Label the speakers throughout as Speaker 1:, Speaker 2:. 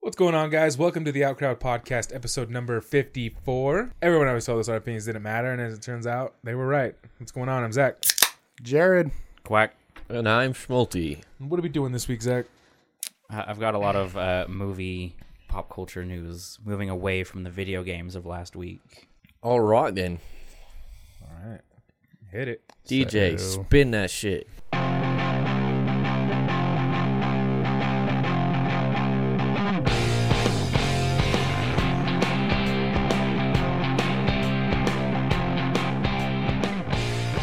Speaker 1: What's going on, guys? Welcome to the Outcrowd Podcast, episode number 54. Everyone always told us our opinions didn't matter, and as it turns out, they were right. What's going on? I'm Zach.
Speaker 2: Jared.
Speaker 3: Quack.
Speaker 4: And I'm Schmalti.
Speaker 1: What are we doing this week, Zach?
Speaker 3: I- I've got a lot of uh, movie pop culture news moving away from the video games of last week.
Speaker 4: All right then,
Speaker 1: All right. Hit it.
Speaker 4: DJ,
Speaker 2: So-
Speaker 4: spin that shit.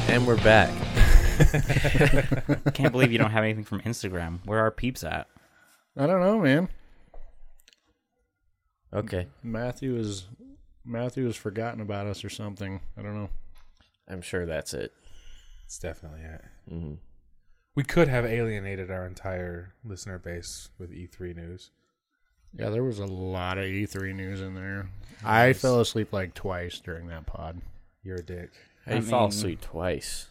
Speaker 4: And we're back.
Speaker 3: Can't believe you don't have anything from Instagram. Where are peeps at?
Speaker 2: I don't know, man.
Speaker 4: Okay,
Speaker 2: Matthew is Matthew has forgotten about us or something. I don't know.
Speaker 4: I'm sure that's it.
Speaker 1: It's definitely it. We could have alienated our entire listener base with E3 news.
Speaker 2: Yeah, there was a lot of E3 news in there. I fell asleep like twice during that pod.
Speaker 1: You're a dick.
Speaker 4: I,
Speaker 3: I
Speaker 4: fall
Speaker 3: mean-
Speaker 4: asleep twice.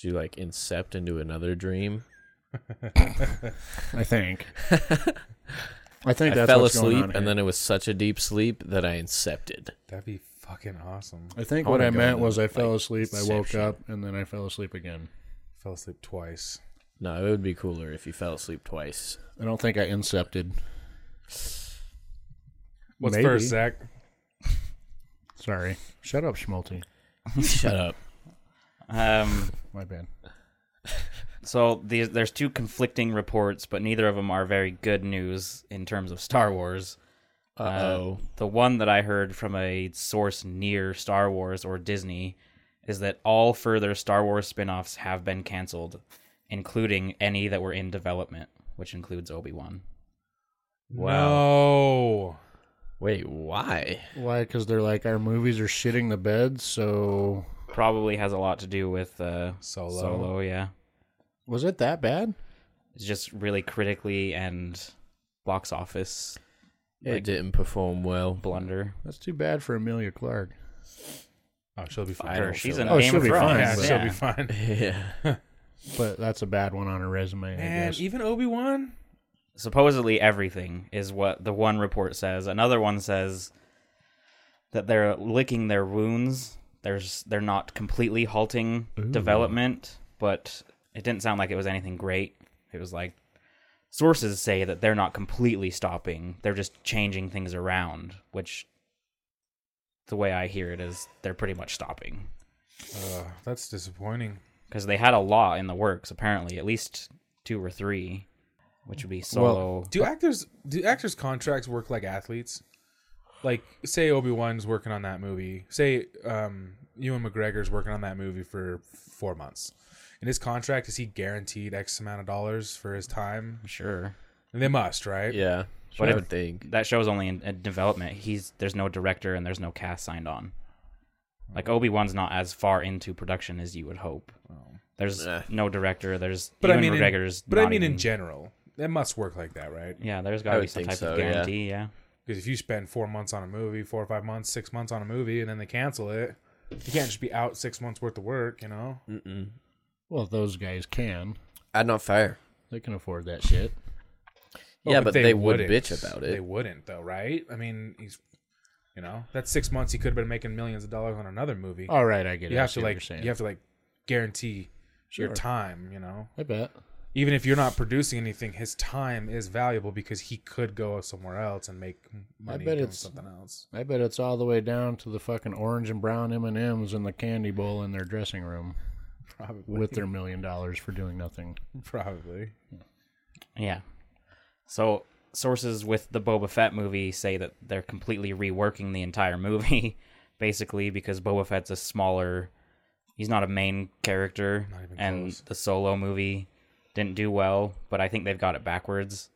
Speaker 4: Did you like incept into another dream?
Speaker 2: I think. I think
Speaker 4: I
Speaker 2: that's
Speaker 4: fell
Speaker 2: what's going
Speaker 4: asleep,
Speaker 2: on
Speaker 4: and
Speaker 2: here.
Speaker 4: then it was such a deep sleep that I incepted.
Speaker 1: That'd be fucking awesome.
Speaker 2: I think
Speaker 4: I
Speaker 2: what
Speaker 4: wanna
Speaker 2: I
Speaker 4: go
Speaker 2: meant
Speaker 4: into,
Speaker 2: was I
Speaker 4: like,
Speaker 2: fell asleep, I woke
Speaker 4: Inception.
Speaker 2: up, and then I fell asleep again.
Speaker 1: Fell asleep twice.
Speaker 4: No, it would be cooler if you fell asleep twice.
Speaker 2: I don't think I incepted.
Speaker 1: What's
Speaker 2: Maybe.
Speaker 1: first, Zach?
Speaker 2: Sorry. Shut up, Schmalti.
Speaker 4: Shut up.
Speaker 3: Um,
Speaker 2: My bad.
Speaker 3: so these, there's two conflicting reports, but neither of them are very good news in terms of Star Wars.
Speaker 4: Uh
Speaker 3: Uh,
Speaker 4: oh.
Speaker 3: the one that I heard from a source near Star Wars or Disney is that all further Star Wars spin-offs have been canceled, including any that were in development, which includes Obi-Wan.
Speaker 1: No.
Speaker 4: Wait, why?
Speaker 2: Why? Because they're like our movies are shitting the bed. So
Speaker 3: Probably has a lot to do with uh,
Speaker 1: Solo.
Speaker 3: Solo, yeah.
Speaker 2: was it that bad?
Speaker 3: It's just really critically and box office
Speaker 4: it didn't perform well.
Speaker 3: blunder.
Speaker 2: That's too bad for Amelia Clark.
Speaker 1: Oh, she'll be fine.
Speaker 4: I don't
Speaker 3: She's
Speaker 4: feel
Speaker 3: in
Speaker 4: that.
Speaker 2: Oh,
Speaker 3: Game
Speaker 2: she'll
Speaker 3: of
Speaker 2: be
Speaker 3: Thrones.
Speaker 2: fine,
Speaker 1: yeah,
Speaker 2: but-
Speaker 1: she'll be fine.
Speaker 4: Yeah.
Speaker 2: But that's a bad one on her resume, I
Speaker 1: And
Speaker 2: guess.
Speaker 1: even Obi Wan.
Speaker 3: supposedly everything is what the one report says. Another one says that they're licking their wounds. There's they're not completely halting development, but it didn't sound like it was anything great. It was like sources say that they're not completely stopping. They're just changing things around, which the way I hear it is they're pretty much stopping
Speaker 1: Uh, that's disappointing.
Speaker 3: because they had a law in the works apparently, at least two or three, which would be solo.
Speaker 1: Do actors do actors contracts work like athletes? Like say Obi Wan's working on that movie. Say um Ewan McGregor's working on that movie for four months. In his contract, is he guaranteed X amount of dollars for his time?
Speaker 3: sure.
Speaker 1: They must, right?
Speaker 4: Yeah.
Speaker 3: But
Speaker 4: But
Speaker 3: it-
Speaker 4: I would think.
Speaker 3: that show's only in, in development. He's there's no director and there's no cast signed on. Like
Speaker 1: Oh.
Speaker 3: Obi Wan's not as far into production as you would hope. There's
Speaker 4: Eh.
Speaker 3: no director. There's
Speaker 1: But I
Speaker 3: Ewan
Speaker 1: mean, in,
Speaker 3: McGregor's.
Speaker 1: but I
Speaker 3: not
Speaker 1: mean in
Speaker 3: even-
Speaker 1: general, it must work like that, right?
Speaker 3: yeah, there's
Speaker 4: I
Speaker 3: got to be
Speaker 4: would
Speaker 3: some
Speaker 4: think
Speaker 3: type
Speaker 4: so,
Speaker 3: of
Speaker 4: yeah.
Speaker 3: guarantee. Yeah.
Speaker 1: Because if you spend four months on a movie, four or five months, six months on a movie, and then they cancel it, you can't just be out six months worth of work, you know?
Speaker 4: Mm-mm.
Speaker 2: well, those guys can.
Speaker 4: I'm not fair.
Speaker 2: They can afford that shit.
Speaker 4: yeah, but, they, would
Speaker 1: Oh, wouldn't.
Speaker 4: bitch about
Speaker 1: They
Speaker 4: it.
Speaker 1: wouldn't, though, right? I mean, he's, you know, that's six months. He could have been making millions of dollars on another movie.
Speaker 2: All right, I get it.
Speaker 1: you
Speaker 2: Oh, I
Speaker 1: have
Speaker 2: see
Speaker 1: to
Speaker 2: what you're
Speaker 1: like,
Speaker 2: saying.
Speaker 1: you have to like, guarantee your
Speaker 2: Sure.
Speaker 1: time. You know,
Speaker 2: I bet.
Speaker 1: even if you're not producing anything, his time is valuable because he could go somewhere else and make m- money
Speaker 2: bet
Speaker 1: doing
Speaker 2: it's-
Speaker 1: something else.
Speaker 2: I bet it's all the way down to the fucking orange and brown M and M's in the candy bowl in their dressing room
Speaker 1: Probably,
Speaker 2: with their million dollars for doing nothing.
Speaker 1: probably.
Speaker 3: Yeah. So sources with the Boba Fett movie say that they're completely reworking the entire movie, basically because Boba Fett's a smaller. He's not a main character,
Speaker 1: Not even
Speaker 3: and
Speaker 1: close.
Speaker 3: the solo movie didn't do well. But I think they've got it backwards.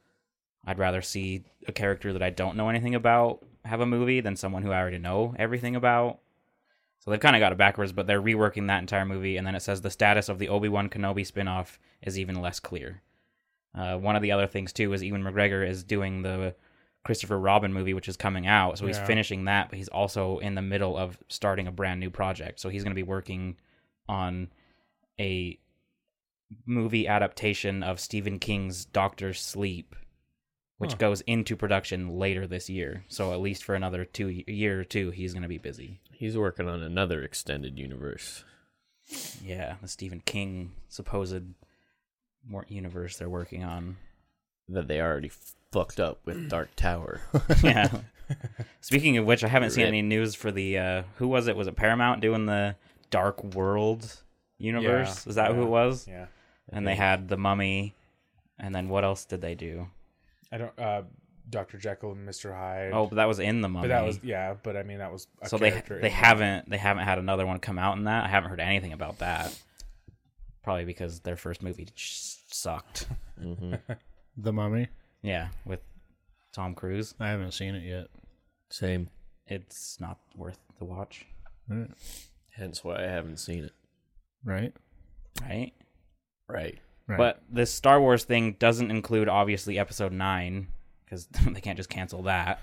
Speaker 3: I'd rather see a character that I don't know anything about have a movie than someone who I already know everything about. So they've kind of got it backwards, but they're reworking that entire movie. And then it says the status of the Obi Wan Kenobi spin off is even less clear. Uh, one of the other things too is Ewan McGregor is doing the Christopher Robin movie, which is coming out, so he's
Speaker 1: Yeah.
Speaker 3: finishing that, but he's also in the middle of starting a brand new project. So he's going to be working on a movie adaptation of Stephen King's Doctor Sleep, which
Speaker 1: Huh.
Speaker 3: goes into production later this year. So at least for another two a year or two, he's going to be busy.
Speaker 4: He's working on another extended universe.
Speaker 3: Yeah, the Stephen King supposed more universe they're working on.
Speaker 4: that they already fucked up with Dark Tower.
Speaker 3: yeah. Speaking of which, I haven't seen
Speaker 4: Rip.
Speaker 3: any news for the uh, who was it? Was it Paramount doing the Dark World universe?
Speaker 1: Yeah,
Speaker 3: Is that who
Speaker 1: yeah,
Speaker 3: it was?
Speaker 1: Yeah.
Speaker 3: And they had the Mummy, and then what else did they do?
Speaker 1: I don't. Uh, Doctor Jekyll and Mister Hyde.
Speaker 3: Oh, but that was in the Mummy.
Speaker 1: but that was yeah. But I mean, that was a
Speaker 3: so they
Speaker 1: character
Speaker 3: they
Speaker 1: in-
Speaker 3: haven't they haven't had another one come out in that. I haven't heard anything about that. Probably because their first movie just sucked.
Speaker 2: The Mummy.
Speaker 3: yeah, with Tom Cruise,
Speaker 2: I haven't seen it yet.
Speaker 4: Same.
Speaker 3: it's not worth the watch,
Speaker 2: Right.
Speaker 4: Hence why I haven't seen it.
Speaker 2: Right.
Speaker 3: right?
Speaker 4: Right.
Speaker 2: Right.
Speaker 3: But this Star Wars thing doesn't include obviously Episode Nine because they can't just cancel that.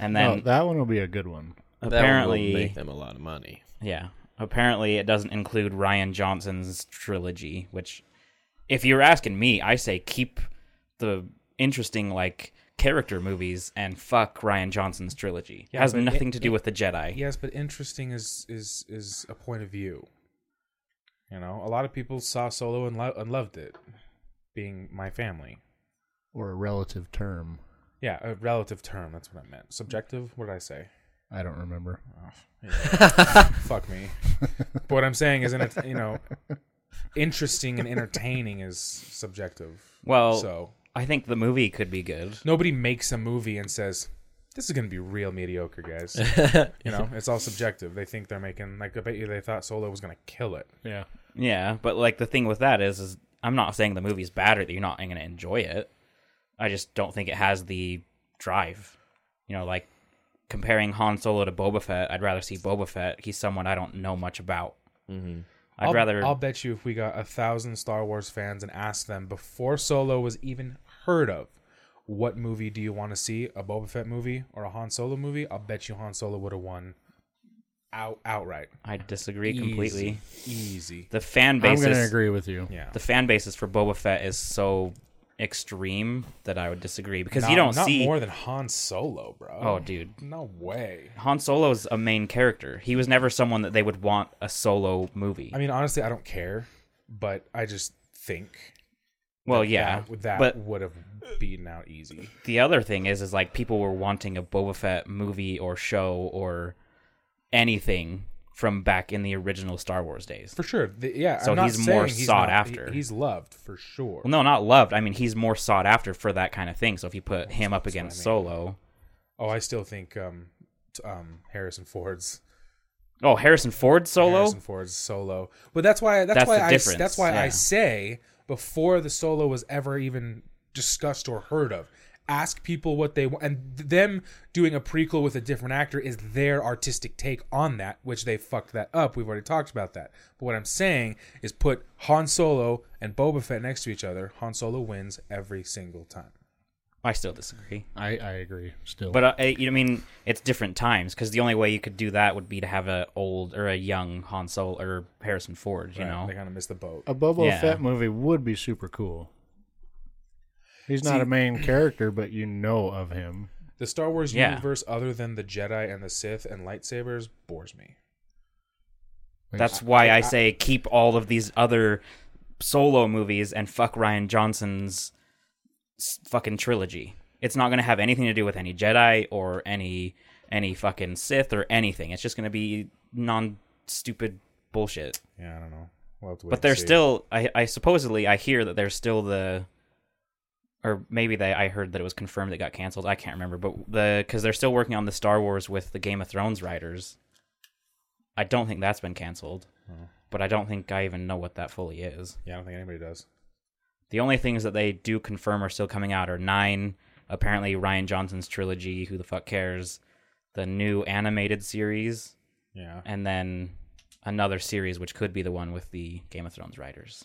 Speaker 3: And
Speaker 2: Oh,
Speaker 3: then
Speaker 2: that one will be a good one.
Speaker 3: apparently,
Speaker 4: that will make them a lot of money.
Speaker 3: yeah, apparently it doesn't include Ryan Johnson's trilogy. Which, if you're asking me, I say keep the interesting like character movies and fuck Ryan Johnson's trilogy. it
Speaker 1: Yeah,
Speaker 3: has
Speaker 1: but
Speaker 3: nothing
Speaker 1: it-
Speaker 3: to do with the Jedi.
Speaker 1: Yes, but interesting is is is a point of view. You know, a lot of people saw Solo and, lo- and loved it, being my family.
Speaker 2: Or a relative term.
Speaker 1: Yeah, a relative term. That's what I meant. Subjective. What did I say?
Speaker 2: I don't remember.
Speaker 1: Fuck me. but what I'm saying is, enter- you know, interesting and entertaining is subjective.
Speaker 3: Well,
Speaker 1: so
Speaker 3: I think the movie could be good.
Speaker 1: nobody makes a movie and says this is going to be real mediocre, guys. you know, it's all subjective. They think they're making like I bet you they thought Solo was going to kill it.
Speaker 2: Yeah.
Speaker 3: Yeah, but like the thing with that is, is I'm not saying the movie's bad or that you're not going to enjoy it. I just don't think it has the drive. You know, like comparing Han Solo to Boba Fett, I'd rather see Boba Fett. He's someone I don't know much about. Mm-hmm. I'd
Speaker 1: I'll,
Speaker 3: rather.
Speaker 1: I'll bet you if we got a thousand Star Wars fans and asked them before Solo was even heard of, what movie do you want to see? A Boba Fett movie or a Han Solo movie? I'll bet you Han Solo would have won out outright.
Speaker 3: I disagree completely.
Speaker 1: Easy.
Speaker 3: The fan
Speaker 2: I'm
Speaker 3: basis.
Speaker 2: going to agree with you.
Speaker 1: Yeah.
Speaker 3: The fan basis for Boba Fett is so extreme that I would disagree because you
Speaker 1: Not-
Speaker 3: don't
Speaker 1: not
Speaker 3: see.
Speaker 1: more than Han Solo, bro.
Speaker 3: Oh, dude.
Speaker 1: No way.
Speaker 3: Han Solo's a main character. He was never someone that they would want a solo movie.
Speaker 1: I mean, honestly, I don't care, but I just think
Speaker 3: well, Oh, yeah,
Speaker 1: that, that
Speaker 3: but
Speaker 1: would have beaten out easy.
Speaker 3: the other thing is is like people were wanting a Boba Fett movie or show or anything from back in the original Star Wars days.
Speaker 1: For sure. The- yeah.
Speaker 3: So
Speaker 1: I'm not
Speaker 3: he's more
Speaker 1: saying he's
Speaker 3: sought
Speaker 1: not-
Speaker 3: after.
Speaker 1: he- he's loved for sure.
Speaker 3: Well, no, not loved. I mean, he's more sought after for that kind of thing. So if you put him up against Solo,
Speaker 1: Oh, I still think um, t- um, Harrison Ford's
Speaker 3: oh, Harrison Ford Solo.
Speaker 1: Harrison Ford's solo. But that's why that's,
Speaker 3: That's
Speaker 1: why
Speaker 3: the
Speaker 1: I
Speaker 3: difference,
Speaker 1: that's why I
Speaker 3: yeah.
Speaker 1: say before the solo was ever even discussed or heard of, ask people what they want, and them doing a prequel with a different actor is their artistic take on that, which they fucked that up. We've already talked about that. But what I'm saying is put Han Solo and Boba Fett next to each other. Han Solo wins every single time.
Speaker 3: I still disagree.
Speaker 2: I, I agree still.
Speaker 3: But uh, I, you know, I mean, it's different times because the only way you could do that would be to have a old or a young Han Solo or Harrison Ford. You know,
Speaker 1: they kind of missed the boat.
Speaker 2: a Boba
Speaker 3: Yeah.
Speaker 2: Fett movie would be super cool. He's not
Speaker 1: See-
Speaker 2: a main character, but you know of him.
Speaker 1: The Star Wars
Speaker 3: Yeah.
Speaker 1: universe, other than the Jedi and the Sith and lightsabers, bores me.
Speaker 3: That's why I say keep all of these other solo movies and fuck Ryan Johnson's s- fucking trilogy. It's not going to have anything to do with any Jedi or any any fucking Sith or anything. It's just going to be non stupid bullshit.
Speaker 1: Yeah, I don't know. We'll have to wait
Speaker 3: But
Speaker 1: and
Speaker 3: there's
Speaker 1: see.
Speaker 3: still I I supposedly I hear that there's still the or maybe they I heard that it was confirmed it got canceled. I can't remember, but the cuz they're still working on the Star Wars with the Game of Thrones writers. I don't think that's been canceled. But I don't think I even know what that fully is.
Speaker 1: Yeah, I don't think anybody does.
Speaker 3: The only things that they do confirm are still coming out are 9, apparently Ryan Johnson's trilogy, who the fuck cares, the new animated series,
Speaker 1: Yeah.
Speaker 3: and then another series which could be the one with the Game of Thrones writers.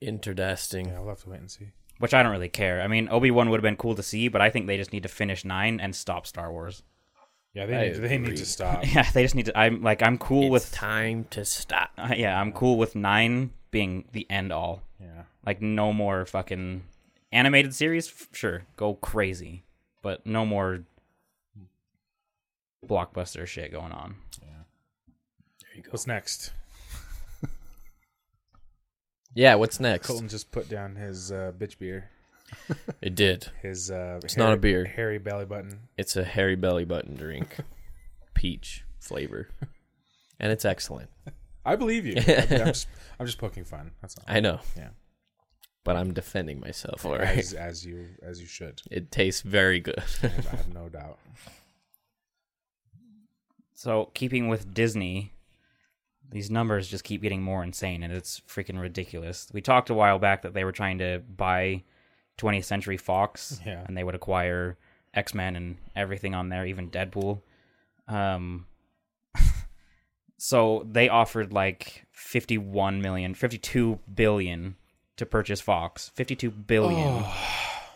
Speaker 4: Interdasting.
Speaker 1: Yeah, we'll have to wait and see.
Speaker 3: which I don't really care. I mean, Obi Wan would have been cool to see, but I think they just need to finish nine and stop Star Wars.
Speaker 1: Yeah, they
Speaker 4: I
Speaker 1: need, they need
Speaker 4: agree.
Speaker 1: to stop.
Speaker 3: Yeah, they just need to. I'm like, I'm cool
Speaker 4: It's
Speaker 3: with.
Speaker 4: time to stop.
Speaker 3: uh, yeah, I'm cool with nine being the end all.
Speaker 1: Yeah.
Speaker 3: Like, no more fucking Animated series, f- sure, go crazy, but no more blockbuster shit going on.
Speaker 1: What's next?
Speaker 4: Yeah, what's next?
Speaker 1: Colton just put down his uh, bitch beer.
Speaker 4: It did.
Speaker 1: His uh, it's
Speaker 4: not a beer.
Speaker 1: Hairy belly button.
Speaker 4: It's a hairy belly button drink, peach flavor, and it's excellent.
Speaker 1: I believe you. I'm, just, I'm just poking fun. That's all.
Speaker 4: I know,
Speaker 1: yeah.
Speaker 4: but I'm defending myself. All right,
Speaker 1: As, as you as you should.
Speaker 4: it tastes very good.
Speaker 1: I have no doubt.
Speaker 3: So, keeping with Disney, these numbers just keep getting more insane, and it's freaking ridiculous. We talked a while back that they were trying to buy 20th Century Fox,
Speaker 1: Yeah.
Speaker 3: and they would acquire X Men and everything on there, even Deadpool. Um, so they offered like 51 million, 52 billion to purchase Fox, 52 billion.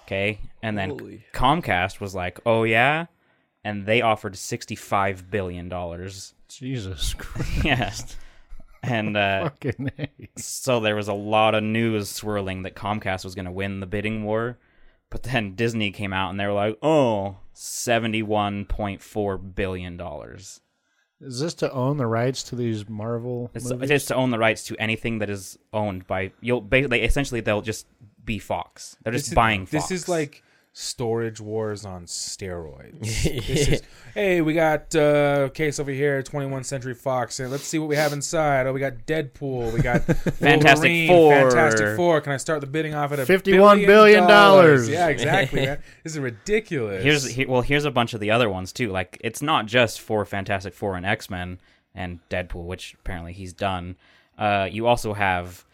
Speaker 3: Okay, and then Comcast was like, "Oh yeah," and they offered 65 billion dollars.
Speaker 2: Jesus Christ.
Speaker 3: Yeah. And uh,
Speaker 2: Fucking A.
Speaker 3: so there was a lot of news swirling that Comcast was going to win the bidding war. But then Disney came out and they were like, oh, $71.4 billion.
Speaker 2: Is this to own the rights to these Marvel
Speaker 3: It's,
Speaker 2: movies?
Speaker 3: it's to own the rights to anything that is owned by. You'll basically, essentially, they'll just be Fox. They're just
Speaker 1: This is-
Speaker 3: buying Fox.
Speaker 1: This is like storage wars on steroids. This is, hey, we got uh, case over here, 21st Century Fox, and let's see what we have inside. Oh, we got Deadpool, we got Wolverine,
Speaker 3: Fantastic Four.
Speaker 1: Fantastic Four. Can I start the bidding off at a
Speaker 2: $51
Speaker 1: billion
Speaker 2: billion
Speaker 1: dollars? Yeah, exactly. man. This is ridiculous.
Speaker 3: Here's he, well, here's a bunch of the other ones too. Like it's not just for Fantastic Four and X Men and Deadpool, which apparently he's done. Uh, you also have,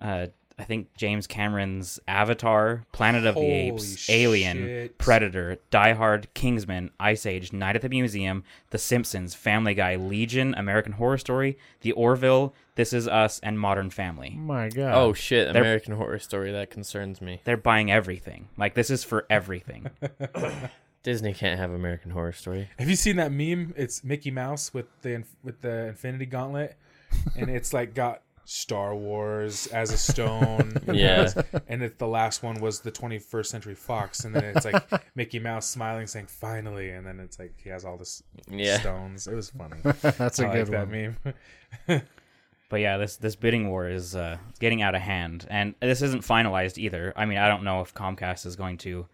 Speaker 3: uh, I think James Cameron's Avatar, Planet of
Speaker 1: Holy
Speaker 3: the Apes, Alien,
Speaker 1: shit.
Speaker 3: Predator, Die Hard, Kingsman, Ice Age, Night at the Museum, The Simpsons, Family Guy, Legion, American Horror Story, The Orville, This Is Us, and Modern Family.
Speaker 2: My God.
Speaker 4: oh shit!
Speaker 3: They're-
Speaker 4: American Horror Story. That concerns me.
Speaker 3: They're buying everything. Like this is for everything.
Speaker 4: Disney can't have American Horror Story.
Speaker 1: Have you seen that meme? It's Mickey Mouse with the inf- with the Infinity Gauntlet, and it's like got Star Wars as a stone.
Speaker 4: Yeah.
Speaker 1: and it, the last one was the 21st Century Fox, and then it's like Mickey Mouse smiling, saying "Finally," and then it's like he has all this
Speaker 4: Yeah.
Speaker 1: stones. It was funny.
Speaker 2: That's
Speaker 1: I
Speaker 2: a
Speaker 1: like
Speaker 2: good
Speaker 1: that
Speaker 2: one.
Speaker 1: meme.
Speaker 3: But yeah, this this bidding war is uh, it's getting out of hand, and this isn't finalized either. I mean, I don't know if Comcast is going to,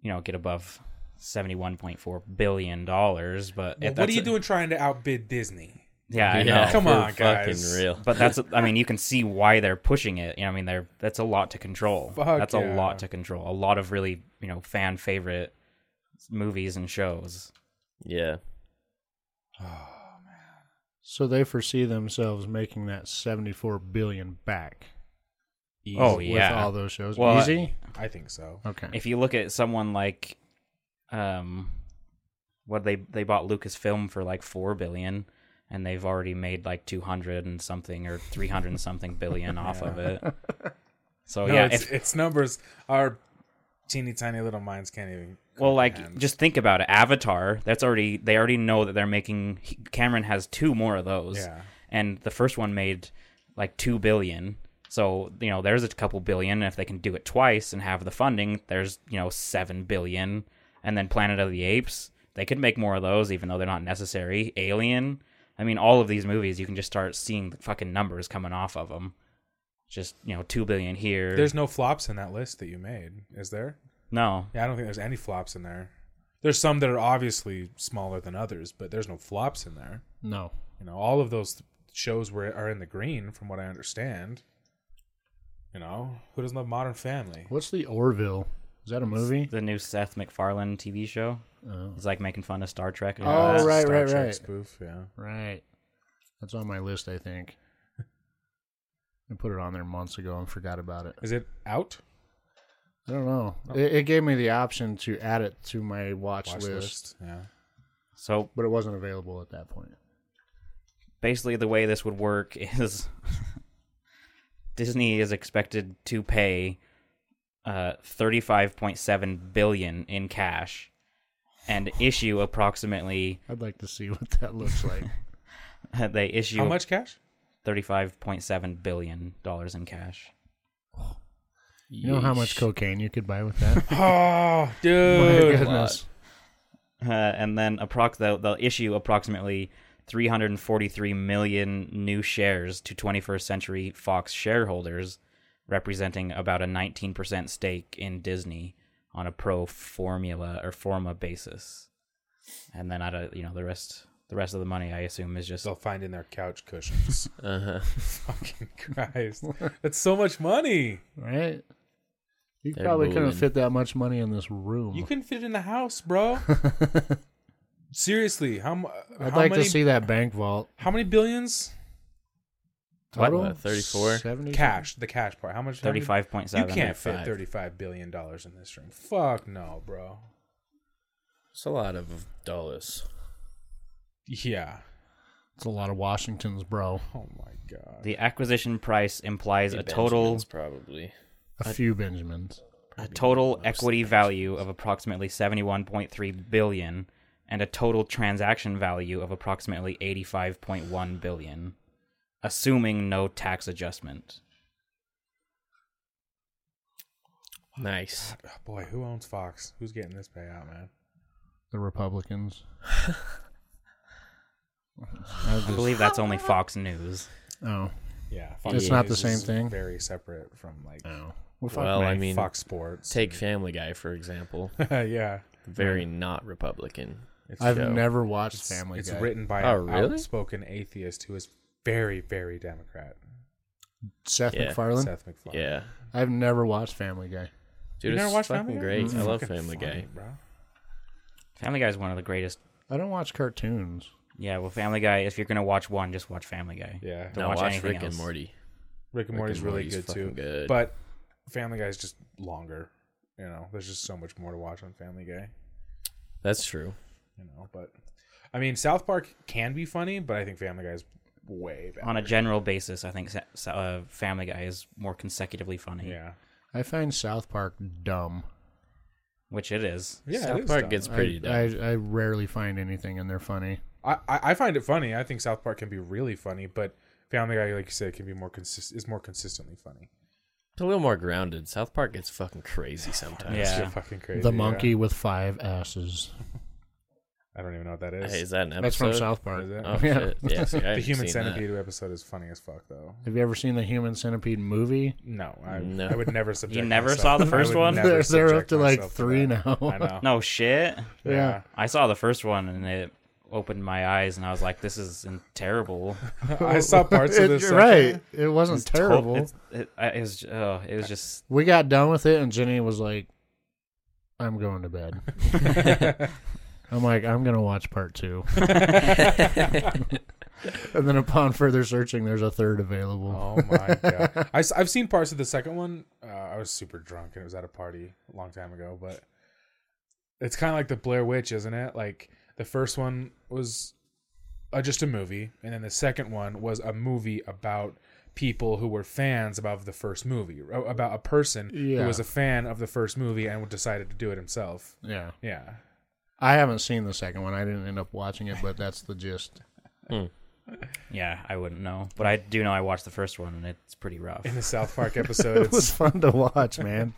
Speaker 3: you know, get above seventy one point four billion dollars. But if
Speaker 1: what are
Speaker 3: that's
Speaker 1: you
Speaker 3: a-
Speaker 1: doing trying to outbid Disney?
Speaker 3: Yeah, I
Speaker 4: Yeah,
Speaker 3: know.
Speaker 1: Come
Speaker 4: for
Speaker 1: on, guys.
Speaker 4: Fucking real.
Speaker 3: But that's I mean, you can see why they're pushing it. You know, I mean, they're that's a lot to control.
Speaker 1: Fuck
Speaker 3: that's
Speaker 1: yeah.
Speaker 3: a lot to control. A lot of really you know fan favorite movies and shows.
Speaker 4: Yeah.
Speaker 2: So they foresee themselves making that 74 billion back
Speaker 3: Oh
Speaker 2: with
Speaker 3: yeah,
Speaker 2: all those shows.
Speaker 3: Well,
Speaker 2: Easy?
Speaker 1: I think so.
Speaker 2: Okay.
Speaker 3: if you look at someone like um what they they bought Lucasfilm for like 4 billion and they've already made like 200 and something or 300 and something billion off of it. So
Speaker 1: No,
Speaker 3: Oh, yeah,
Speaker 1: it's,
Speaker 3: if,
Speaker 1: it's numbers. Our teeny tiny little minds can't even.
Speaker 3: well like
Speaker 1: comprehend.
Speaker 3: just think about it. Avatar, that's already they already know that they're making he- Cameron has two more of those.
Speaker 1: Yeah.
Speaker 3: And the first one made like 2 billion. So, you know, there's a couple billion and if they can do it twice and have the funding, there's, you know, 7 billion and then Planet of the Apes, they could make more of those even though they're not necessary. Alien, I mean, all of these movies you can just start seeing the fucking numbers coming off of them. Just, you know, 2 billion here.
Speaker 1: There's no flops in that list that you made, is there?
Speaker 3: no.
Speaker 1: Yeah, I don't think there's any flops in there. There's some that are obviously smaller than others, but there's no flops in there.
Speaker 2: no.
Speaker 1: You know, all of those shows were are in the green, from what I understand. You know, who doesn't love Modern Family?
Speaker 2: What's the Orville? Is that a movie?
Speaker 3: The new Seth MacFarlane TV show.
Speaker 2: Oh.
Speaker 3: He's like making fun of Star Trek. and
Speaker 2: Oh,
Speaker 3: all that.
Speaker 1: That's a
Speaker 2: right,
Speaker 1: Star
Speaker 2: right,
Speaker 1: Trek
Speaker 2: right.
Speaker 1: Spoof, yeah.
Speaker 2: Right. That's on my list, I think. I put it on there months ago and forgot about it.
Speaker 1: Is it out?
Speaker 2: I don't know. It, it gave me the option to add it to my watch,
Speaker 1: Oh. Watch
Speaker 2: list,
Speaker 1: list. Yeah.
Speaker 3: So
Speaker 2: but it wasn't available at that point.
Speaker 3: basically the way this would work is Disney is expected to pay uh, 35.7 billion in cash and issue approximately
Speaker 2: I'd like to see what that looks like.
Speaker 3: they issue
Speaker 1: How much cash?
Speaker 3: 35.7 billion dollars in cash
Speaker 2: You know how much cocaine you could buy with that?
Speaker 1: Oh,
Speaker 2: My
Speaker 1: dude.
Speaker 2: goodness.
Speaker 3: Uh, and then approx- they'll, they'll issue approximately 343 million new shares to 21st Century Fox shareholders, representing about a 19% stake in Disney on a pro formula or forma basis. And then I don't, you know, the rest the rest of the money I assume is just
Speaker 1: They'll find in their couch cushions.
Speaker 4: Uh huh.
Speaker 1: Fucking Christ. That's so much money.
Speaker 2: Right? You
Speaker 4: They're
Speaker 2: probably couldn't
Speaker 4: moving.
Speaker 2: fit that much money in this room.
Speaker 1: You couldn't fit in the house, bro. Seriously, how, mu- how
Speaker 2: I'd like
Speaker 1: many
Speaker 2: to see that bank vault.
Speaker 1: how many billions
Speaker 4: What,
Speaker 2: Total?
Speaker 4: uh, 34?
Speaker 2: 70?
Speaker 1: cash? The cash part. How much? how many-
Speaker 3: 35.7.
Speaker 1: You can't fit
Speaker 4: 35.
Speaker 1: thirty-five billion dollars in this room. Fuck no, bro.
Speaker 4: It's a lot of dollars.
Speaker 1: Yeah.
Speaker 2: It's a lot of Washingtons, bro.
Speaker 1: Oh my god.
Speaker 3: The acquisition price implies a total
Speaker 4: Benjamins, probably.
Speaker 2: A few Benjamins.
Speaker 3: a total equity value of approximately 71.3 billion and a total transaction value of approximately 85.1 billion assuming no tax adjustment
Speaker 4: Nice.
Speaker 1: Oh, boy, who owns Fox? Who's getting this payout, man?
Speaker 2: The Republicans. I
Speaker 3: i
Speaker 2: just-
Speaker 3: believe that's only fox news
Speaker 2: oh.
Speaker 1: Yeah,
Speaker 2: It's not the
Speaker 1: News
Speaker 2: same
Speaker 1: is
Speaker 2: thing?
Speaker 1: Very separate from like
Speaker 2: Oh. Well, fuck
Speaker 4: Well,
Speaker 2: me.
Speaker 4: I mean,
Speaker 1: Fox Sports.
Speaker 4: take Family Guy for example.
Speaker 1: yeah,
Speaker 4: Very not Republican.
Speaker 2: I've
Speaker 4: show.
Speaker 2: never watched
Speaker 1: it's,
Speaker 2: Family
Speaker 1: it's
Speaker 2: Guy.
Speaker 1: written by
Speaker 4: Oh,
Speaker 1: an
Speaker 4: really?
Speaker 1: outspoken atheist who is very, very Democrat.
Speaker 2: Seth
Speaker 4: Yeah.
Speaker 2: MacFarlane.
Speaker 1: Seth MacFarlane.
Speaker 4: Yeah,
Speaker 2: I've never watched Family Guy.
Speaker 1: you
Speaker 4: dude,
Speaker 1: never
Speaker 4: it's
Speaker 1: watched
Speaker 4: fucking
Speaker 1: Family Guy?
Speaker 4: great.
Speaker 2: Mm.
Speaker 1: It's
Speaker 4: I love
Speaker 1: fucking
Speaker 4: Family
Speaker 1: funny,
Speaker 4: Guy.
Speaker 1: bro.
Speaker 3: family guy is one of the greatest
Speaker 2: I don't watch cartoons.
Speaker 3: yeah well family guy if you're gonna watch one just watch family guy
Speaker 1: Yeah,
Speaker 3: Don't
Speaker 4: no,
Speaker 3: watch
Speaker 4: watch,
Speaker 3: anything
Speaker 4: Rick
Speaker 3: else.
Speaker 4: and Morty.
Speaker 1: Rick and
Speaker 4: Rick
Speaker 1: Morty's
Speaker 4: and
Speaker 1: really
Speaker 4: Morty's
Speaker 1: good too.
Speaker 4: fucking good.
Speaker 1: But Family Guy's just longer. You know, there's just so much more to watch on Family Guy.
Speaker 4: That's true.
Speaker 1: You know, but I mean, South Park can be funny, but I think Family Guy's way better.
Speaker 3: on a general basis i think Sa- Sa- uh, family guy is more consecutively funny
Speaker 1: yeah,
Speaker 2: I find South Park dumb.
Speaker 3: which it is
Speaker 1: yeah. it
Speaker 4: South
Speaker 1: is
Speaker 4: Park
Speaker 1: dumb.
Speaker 4: gets
Speaker 2: I-
Speaker 4: pretty dumb.
Speaker 2: I, I, rarely find anything in there funny.
Speaker 1: I, I I find it funny. I think South Park can be really funny, but Family Guy, like you said, can be more consist is more consistently funny.
Speaker 4: It's a little more grounded. South Park gets fucking crazy sometimes.
Speaker 1: It's
Speaker 3: Yeah.
Speaker 1: fucking crazy.
Speaker 2: the
Speaker 1: yeah.
Speaker 2: monkey with five asses.
Speaker 1: I don't even know what that is.
Speaker 4: Hey, is that an episode?
Speaker 2: That's from South Park.
Speaker 1: Is it?
Speaker 4: Oh
Speaker 2: Yeah.
Speaker 4: shit! Yeah, see, I
Speaker 1: the
Speaker 4: haven't
Speaker 1: Human
Speaker 4: seen that.
Speaker 1: Centipede episode is funny as fuck, though.
Speaker 2: Have you ever seen the Human Centipede movie?
Speaker 1: No, I,
Speaker 4: No.
Speaker 1: I would never subject.
Speaker 3: never
Speaker 1: myself-
Speaker 3: saw the
Speaker 1: I
Speaker 3: first
Speaker 1: would
Speaker 3: one?
Speaker 1: never
Speaker 2: They're- they're up
Speaker 1: subject
Speaker 2: to, like,
Speaker 1: myself
Speaker 2: three
Speaker 1: that.
Speaker 2: now.
Speaker 1: I know.
Speaker 3: no shit
Speaker 1: Yeah.
Speaker 3: I saw the first one and it opened my eyes and I was like, this is in- terrible.
Speaker 1: I saw parts of
Speaker 2: It-
Speaker 1: this.
Speaker 2: you're right. It wasn't terrible.
Speaker 3: It's- It, I- it was, oh, it was just,
Speaker 2: we got done with it, and Jenny was like, "I'm going to bed." I'm like, "I'm gonna watch part two. and then, upon further searching, there's a third available.
Speaker 1: Oh my god! I, have seen parts of the second one. Uh, I was super drunk and it was at a party a long time ago, but it's kind of like the Blair Witch, isn't it? Like the first one was uh, just a movie, and then the second one was a movie about people who were fans about the first movie, a- about a person
Speaker 2: Yeah.
Speaker 1: who was a fan of the first movie and decided to do it himself.
Speaker 2: Yeah,
Speaker 1: Yeah,
Speaker 2: I haven't seen the second one. I didn't end up watching it, but that's the gist.
Speaker 3: yeah, I wouldn't know. But I do know I watched the first one and it's pretty rough.
Speaker 1: in the South Park episode,
Speaker 2: It was
Speaker 1: it's,
Speaker 2: fun to watch, man.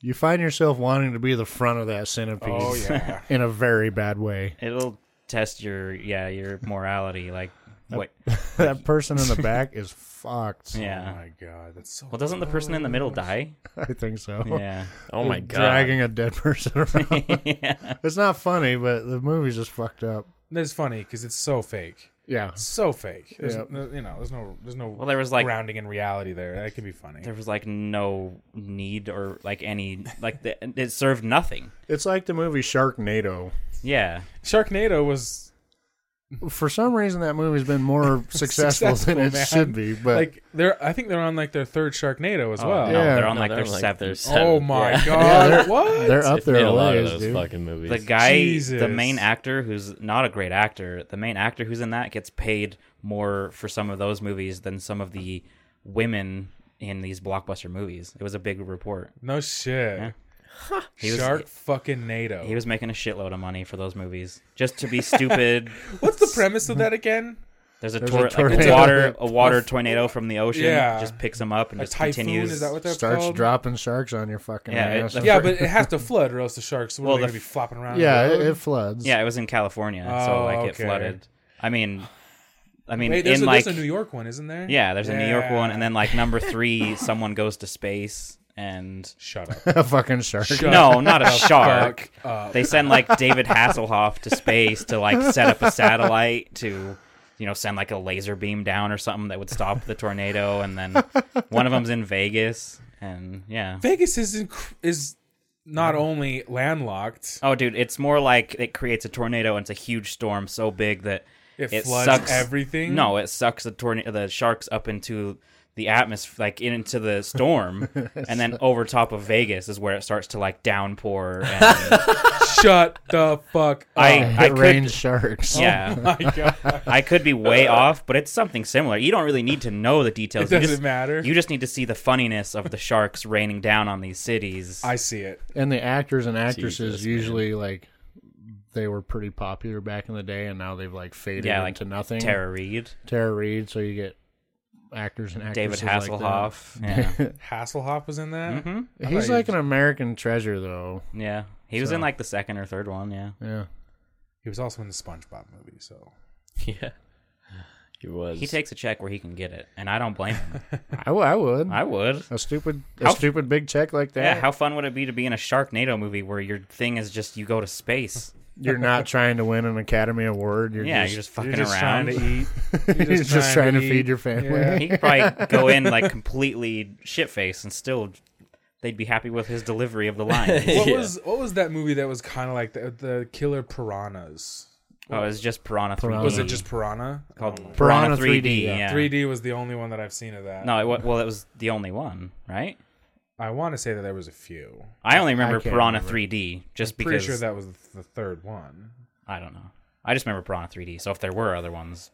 Speaker 2: You find yourself wanting to be the front of that centipede
Speaker 1: oh yeah,
Speaker 2: in a very bad way.
Speaker 3: It'll test your, yeah, your morality. Like, what?
Speaker 2: that person in the back is fucked.
Speaker 1: oh
Speaker 3: Yeah.
Speaker 1: my god, that's so.
Speaker 3: Well, doesn't the person in the middle die?
Speaker 2: I think so.
Speaker 3: Yeah.
Speaker 4: Oh my god!
Speaker 2: Dragging a dead person around.
Speaker 3: yeah.
Speaker 2: it's not funny, but the movie's just fucked up.
Speaker 1: That's funny because it's so fake.
Speaker 2: Yeah.
Speaker 1: so fake. There's,
Speaker 2: Yeah.
Speaker 1: no- you know, there's no, there's no
Speaker 3: Well, there was like,
Speaker 1: grounding in reality there. That could be funny.
Speaker 3: there was like no need or like any, like, the, it served nothing.
Speaker 2: It's like the movie Sharknado.
Speaker 3: Yeah.
Speaker 1: Sharknado was
Speaker 2: For some reason, that movie's been more successful,
Speaker 1: successful,
Speaker 2: than it
Speaker 1: man.
Speaker 2: should be, but
Speaker 1: like they're. I think they're on like their third Sharknado as well.
Speaker 3: Oh, No,
Speaker 2: Yeah.
Speaker 3: they're on
Speaker 4: No,
Speaker 3: like
Speaker 4: they're
Speaker 3: their
Speaker 4: on, like,
Speaker 3: seventh.
Speaker 4: their
Speaker 1: Oh
Speaker 4: Seven.
Speaker 1: my
Speaker 4: Yeah.
Speaker 1: god!
Speaker 2: Yeah,
Speaker 1: what?
Speaker 2: they're up there
Speaker 4: Made a lot of
Speaker 2: ways,
Speaker 4: those
Speaker 2: dude.
Speaker 4: fucking movies.
Speaker 3: the guy
Speaker 1: Jesus.
Speaker 3: the main actor who's not a great actor the main actor who's in that gets paid more for some of those movies than some of the women in these blockbuster movies it was a big report
Speaker 1: no shit.
Speaker 3: Yeah. He was-
Speaker 1: Shark fucking Nato.
Speaker 3: he was making a shitload of money for those movies just to be stupid
Speaker 1: What's the premise of that again?
Speaker 3: There's a,
Speaker 2: There's
Speaker 3: tor-
Speaker 2: a
Speaker 3: Like
Speaker 2: tornado.
Speaker 3: a water a water tornado from the ocean
Speaker 1: Yeah.
Speaker 3: just picks them up and
Speaker 1: A
Speaker 3: just
Speaker 1: typhoon
Speaker 3: continues.
Speaker 1: is that what that's
Speaker 2: Starts
Speaker 1: called?
Speaker 2: dropping sharks on your fucking
Speaker 3: Yeah, it-
Speaker 2: ass.
Speaker 3: the
Speaker 1: yeah, but it has to flood or else the sharks will
Speaker 3: Well,
Speaker 1: they
Speaker 3: the
Speaker 1: gonna be flopping around. in
Speaker 2: yeah,
Speaker 1: the
Speaker 2: it,
Speaker 1: road?
Speaker 2: it floods.
Speaker 3: yeah, it was in California, so
Speaker 1: Oh,
Speaker 3: like it
Speaker 1: okay.
Speaker 3: flooded. I mean, I mean,
Speaker 1: Wait, there's,
Speaker 3: in
Speaker 1: a,
Speaker 3: like
Speaker 1: there's a New York one, isn't there?
Speaker 3: yeah, there's a New York one, and
Speaker 1: Yeah.
Speaker 3: then like number three, someone goes to space and
Speaker 1: shut up.
Speaker 2: a fucking shark.
Speaker 1: Shut
Speaker 3: no, not a
Speaker 1: the
Speaker 3: shark.
Speaker 1: fuck up.
Speaker 3: They send like David Hasselhoff to space to like set up a satellite to, you know, send like a laser beam down or something that would stop the tornado. And then one of them's in Vegas, and yeah.
Speaker 1: Vegas is inc- is not only landlocked,
Speaker 3: Oh, dude, it's more like it creates a tornado and it's a huge storm so big that
Speaker 1: it,
Speaker 3: it
Speaker 1: floods
Speaker 3: sucks
Speaker 1: everything.
Speaker 3: No, it sucks the tornado, the sharks up into the atmosphere, like into the storm, and then over top of Vegas is where it starts to like downpour. And
Speaker 1: shut the fuck up.
Speaker 3: I, I
Speaker 2: it
Speaker 3: could,
Speaker 2: rains sharks.
Speaker 3: yeah.
Speaker 1: Oh My God.
Speaker 3: I could be way off, but it's something similar. You don't really need to know the details.
Speaker 1: It
Speaker 3: you
Speaker 1: doesn't
Speaker 3: just,
Speaker 1: matter.
Speaker 3: You just need to see the funniness of the sharks raining down on these cities.
Speaker 1: I see it.
Speaker 2: And the actors and actresses
Speaker 4: Jesus, man.
Speaker 2: usually like they were pretty popular back in the day, and now they've like faded
Speaker 3: yeah, like
Speaker 2: into nothing.
Speaker 3: Tara Reid,
Speaker 2: Tara Reid. So you get actors and
Speaker 3: David
Speaker 2: actresses Like
Speaker 3: Hasselhoff. yeah.
Speaker 1: Hasselhoff was in that.
Speaker 3: hmm
Speaker 2: that.
Speaker 1: I
Speaker 2: He's
Speaker 1: thought
Speaker 2: like
Speaker 1: he
Speaker 2: an American treasure, though.
Speaker 3: yeah, he was in
Speaker 2: So-
Speaker 3: like the second or third one. Yeah,
Speaker 2: Yeah.
Speaker 1: He was also in the SpongeBob movie. So
Speaker 4: Yeah. He was.
Speaker 3: he takes a check where he can get it, and I don't blame him.
Speaker 2: I, w- I would.
Speaker 3: I would.
Speaker 2: A stupid,
Speaker 3: How-
Speaker 2: a stupid big check like that.
Speaker 3: Yeah, how fun would it be to be in a Sharknado movie where your thing is just you go to space?
Speaker 2: you're not trying to win an Academy Award. You're
Speaker 3: yeah,
Speaker 2: just,
Speaker 3: you're just fucking
Speaker 1: you're just
Speaker 3: around.
Speaker 1: trying to eat.
Speaker 2: You're just trying to feed
Speaker 1: eat.
Speaker 2: your family.
Speaker 1: Yeah.
Speaker 3: He could probably go in like completely shit face and still they'd be happy with his delivery of the line.
Speaker 1: What
Speaker 4: Yeah.
Speaker 1: was what was that movie that was kind of like the, the killer piranhas?
Speaker 3: oh, it was just Piranha 3D.
Speaker 2: Piranha.
Speaker 1: Was it just Piranha?
Speaker 3: called
Speaker 2: Piranha
Speaker 3: Piranha
Speaker 2: 3D,
Speaker 3: 3D?
Speaker 2: yeah.
Speaker 3: Mm. Yeah.
Speaker 1: 3D was the only one that I've seen of that.
Speaker 3: No, it, wa- well, it was the only one, right?
Speaker 1: I want to say that there was a few.
Speaker 3: I only remember
Speaker 2: can't
Speaker 3: Piranha
Speaker 2: remember.
Speaker 3: 3D just
Speaker 1: Pretty
Speaker 3: because
Speaker 1: sure that was the third one.
Speaker 3: I don't know. I just remember Piranha 3D. So if there were other ones,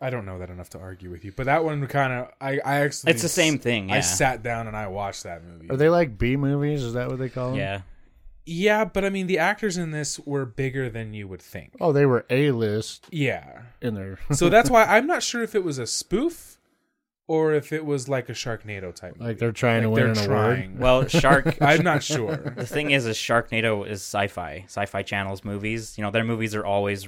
Speaker 1: I don't know that enough to argue with you, but that one kind of I I actually
Speaker 3: it's the same thing. Yeah,
Speaker 1: I sat down and I watched that movie.
Speaker 2: Are they like B movies? Is that what they call them?
Speaker 3: yeah.
Speaker 1: yeah, but I mean the actors in this were bigger than you would think.
Speaker 2: Oh, they were A list
Speaker 1: Yeah.
Speaker 2: in there.
Speaker 1: So that's why I'm not sure if it was a spoof or if it was like a Sharknado type. Movie.
Speaker 2: like they're trying to
Speaker 1: Like,
Speaker 2: win
Speaker 1: they're
Speaker 2: an award.
Speaker 1: trying.
Speaker 3: Well, Shark
Speaker 1: I'm not sure.
Speaker 3: the thing is, is Sharknado is sci-fi. Sci-fi channels movies. You know, their movies are always.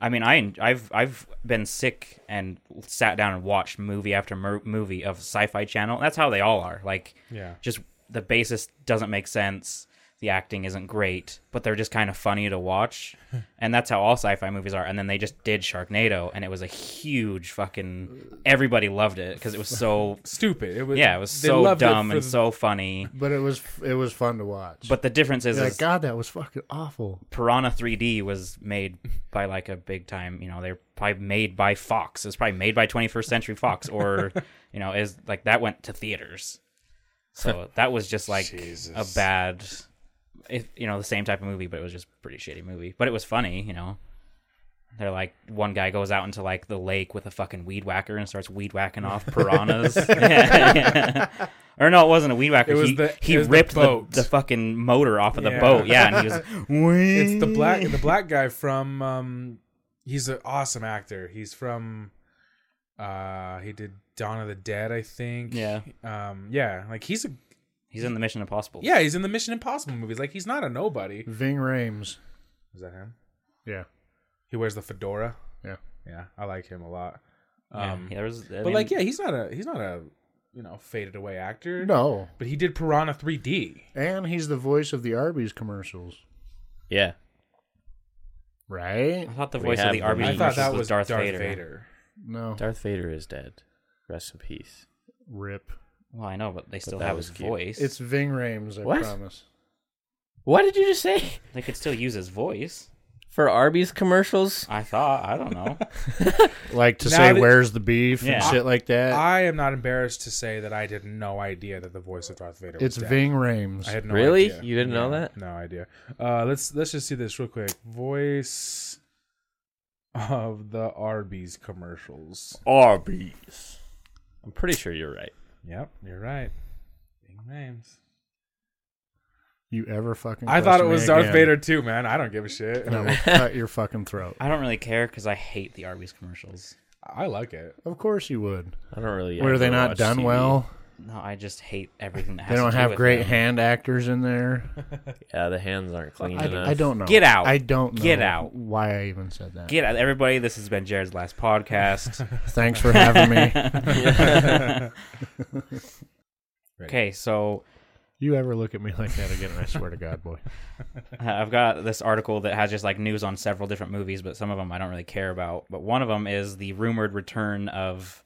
Speaker 3: I mean, I I've I've been sick and sat down and watched movie after mo- movie of Sci-Fi Channel. That's how they all are. Like,
Speaker 1: Yeah.
Speaker 3: just the basis doesn't make sense. The acting isn't great, but they're just kind of funny to watch, and that's how all sci-fi movies are. And then they just did Sharknado, and it was a huge fucking. Everybody loved it because it was so.
Speaker 1: Stupid. It was
Speaker 3: Yeah, it was
Speaker 1: they
Speaker 3: so
Speaker 1: loved it
Speaker 3: dumb
Speaker 1: for
Speaker 3: and
Speaker 1: the-
Speaker 3: so funny.
Speaker 2: But it was it was fun to watch.
Speaker 3: But the difference is,
Speaker 2: You're like
Speaker 3: is
Speaker 2: God, that was fucking awful.
Speaker 3: Piranha 3D was made by like a big time, you know, they're probably made by Fox. It was probably made by 21st Century Fox or, you know, is like that went to theaters. So that was just like
Speaker 1: Jesus.
Speaker 3: a bad, it, you know, the same type of movie, but it was just a pretty shitty movie. But it was funny, you know. They're like one guy goes out into like the lake with a fucking weed whacker and starts weed whacking off piranhas. Or no, it wasn't a weed whacker.
Speaker 1: It was
Speaker 3: he
Speaker 1: the-
Speaker 3: he
Speaker 1: it was the
Speaker 3: ripped the,
Speaker 1: boat.
Speaker 3: the fucking motor off of the
Speaker 1: Yeah.
Speaker 3: boat. Yeah, and he was
Speaker 1: It's the black the black guy from um he's an awesome actor. He's from uh he did Dawn of the Dead, I think.
Speaker 3: Yeah.
Speaker 1: Um yeah, like he's a
Speaker 3: He's in the Mission Impossible.
Speaker 1: yeah, he's in the Mission Impossible movies. Like he's not a nobody.
Speaker 2: Ving Rames.
Speaker 1: Is that him?
Speaker 2: Yeah.
Speaker 1: He wears the fedora.
Speaker 2: Yeah.
Speaker 1: Yeah, I like him a lot.
Speaker 3: Yeah,
Speaker 1: Um
Speaker 3: yeah, there was- I
Speaker 1: but
Speaker 3: mean,
Speaker 1: like yeah, he's not a he's not a you know, faded away actor.
Speaker 2: No.
Speaker 1: But he did Piranha 3D.
Speaker 2: And he's the voice of the Arby's commercials.
Speaker 4: Yeah.
Speaker 2: Right?
Speaker 3: I thought the
Speaker 4: We
Speaker 3: voice of
Speaker 4: have
Speaker 3: the
Speaker 4: the
Speaker 3: Arby's
Speaker 1: I
Speaker 4: Arby's
Speaker 1: thought that
Speaker 3: was,
Speaker 1: was
Speaker 3: Darth, Vader.
Speaker 2: No.
Speaker 4: Darth Vader is dead. Rest in peace.
Speaker 2: Rip.
Speaker 3: Well, I know, but they still
Speaker 4: that
Speaker 3: have
Speaker 4: was
Speaker 3: his
Speaker 4: cute.
Speaker 3: voice.
Speaker 2: It's Ving Rames, I
Speaker 4: What?
Speaker 2: promise.
Speaker 4: What did you just say?
Speaker 3: they could still use his voice.
Speaker 4: For Arby's commercials?
Speaker 3: I thought. I don't know.
Speaker 2: Like to
Speaker 1: Now
Speaker 2: say
Speaker 1: that-
Speaker 2: where's the beef and
Speaker 3: Yeah.
Speaker 2: shit like that.
Speaker 1: I am not embarrassed to say that I had no idea that the voice of Darth Vader was
Speaker 2: it's
Speaker 1: dead.
Speaker 2: Ving Rames.
Speaker 1: I had no
Speaker 4: Really?
Speaker 1: idea.
Speaker 4: You didn't know
Speaker 1: Yeah,
Speaker 4: that?
Speaker 1: No idea. Uh, let's let's just see this real quick. Voice of the Arby's commercials.
Speaker 4: Arby's. I'm pretty sure you're right.
Speaker 1: Yep, you're right. Big names.
Speaker 2: You ever fucking
Speaker 1: I thought it
Speaker 2: question me
Speaker 1: was Darth
Speaker 2: again,
Speaker 1: Vader too, man. I don't give a shit.
Speaker 2: And I will cut your fucking throat.
Speaker 3: I don't really care because I hate the Arby's commercials.
Speaker 1: I like it.
Speaker 2: Of course you would.
Speaker 4: I don't really.
Speaker 2: Were
Speaker 4: ever
Speaker 2: they not
Speaker 4: watch
Speaker 2: done
Speaker 4: TV.
Speaker 2: well?
Speaker 3: No, I just hate everything that
Speaker 2: They
Speaker 3: has
Speaker 2: don't
Speaker 3: to do
Speaker 2: have
Speaker 3: with
Speaker 2: great
Speaker 3: them.
Speaker 2: hand actors in there.
Speaker 4: Yeah, the hands aren't clean enough.
Speaker 2: I, I don't know.
Speaker 3: Get out.
Speaker 2: I don't know
Speaker 3: Get out.
Speaker 2: why I even said that.
Speaker 3: Get out, everybody. This has been Jared's last podcast.
Speaker 2: Thanks for having me.
Speaker 3: okay, so
Speaker 2: You ever look at me like that again, and I swear to God, boy.
Speaker 3: uh, I've got this article that has just like news on several different movies, but some of them I don't really care about. But one of them is the rumored return of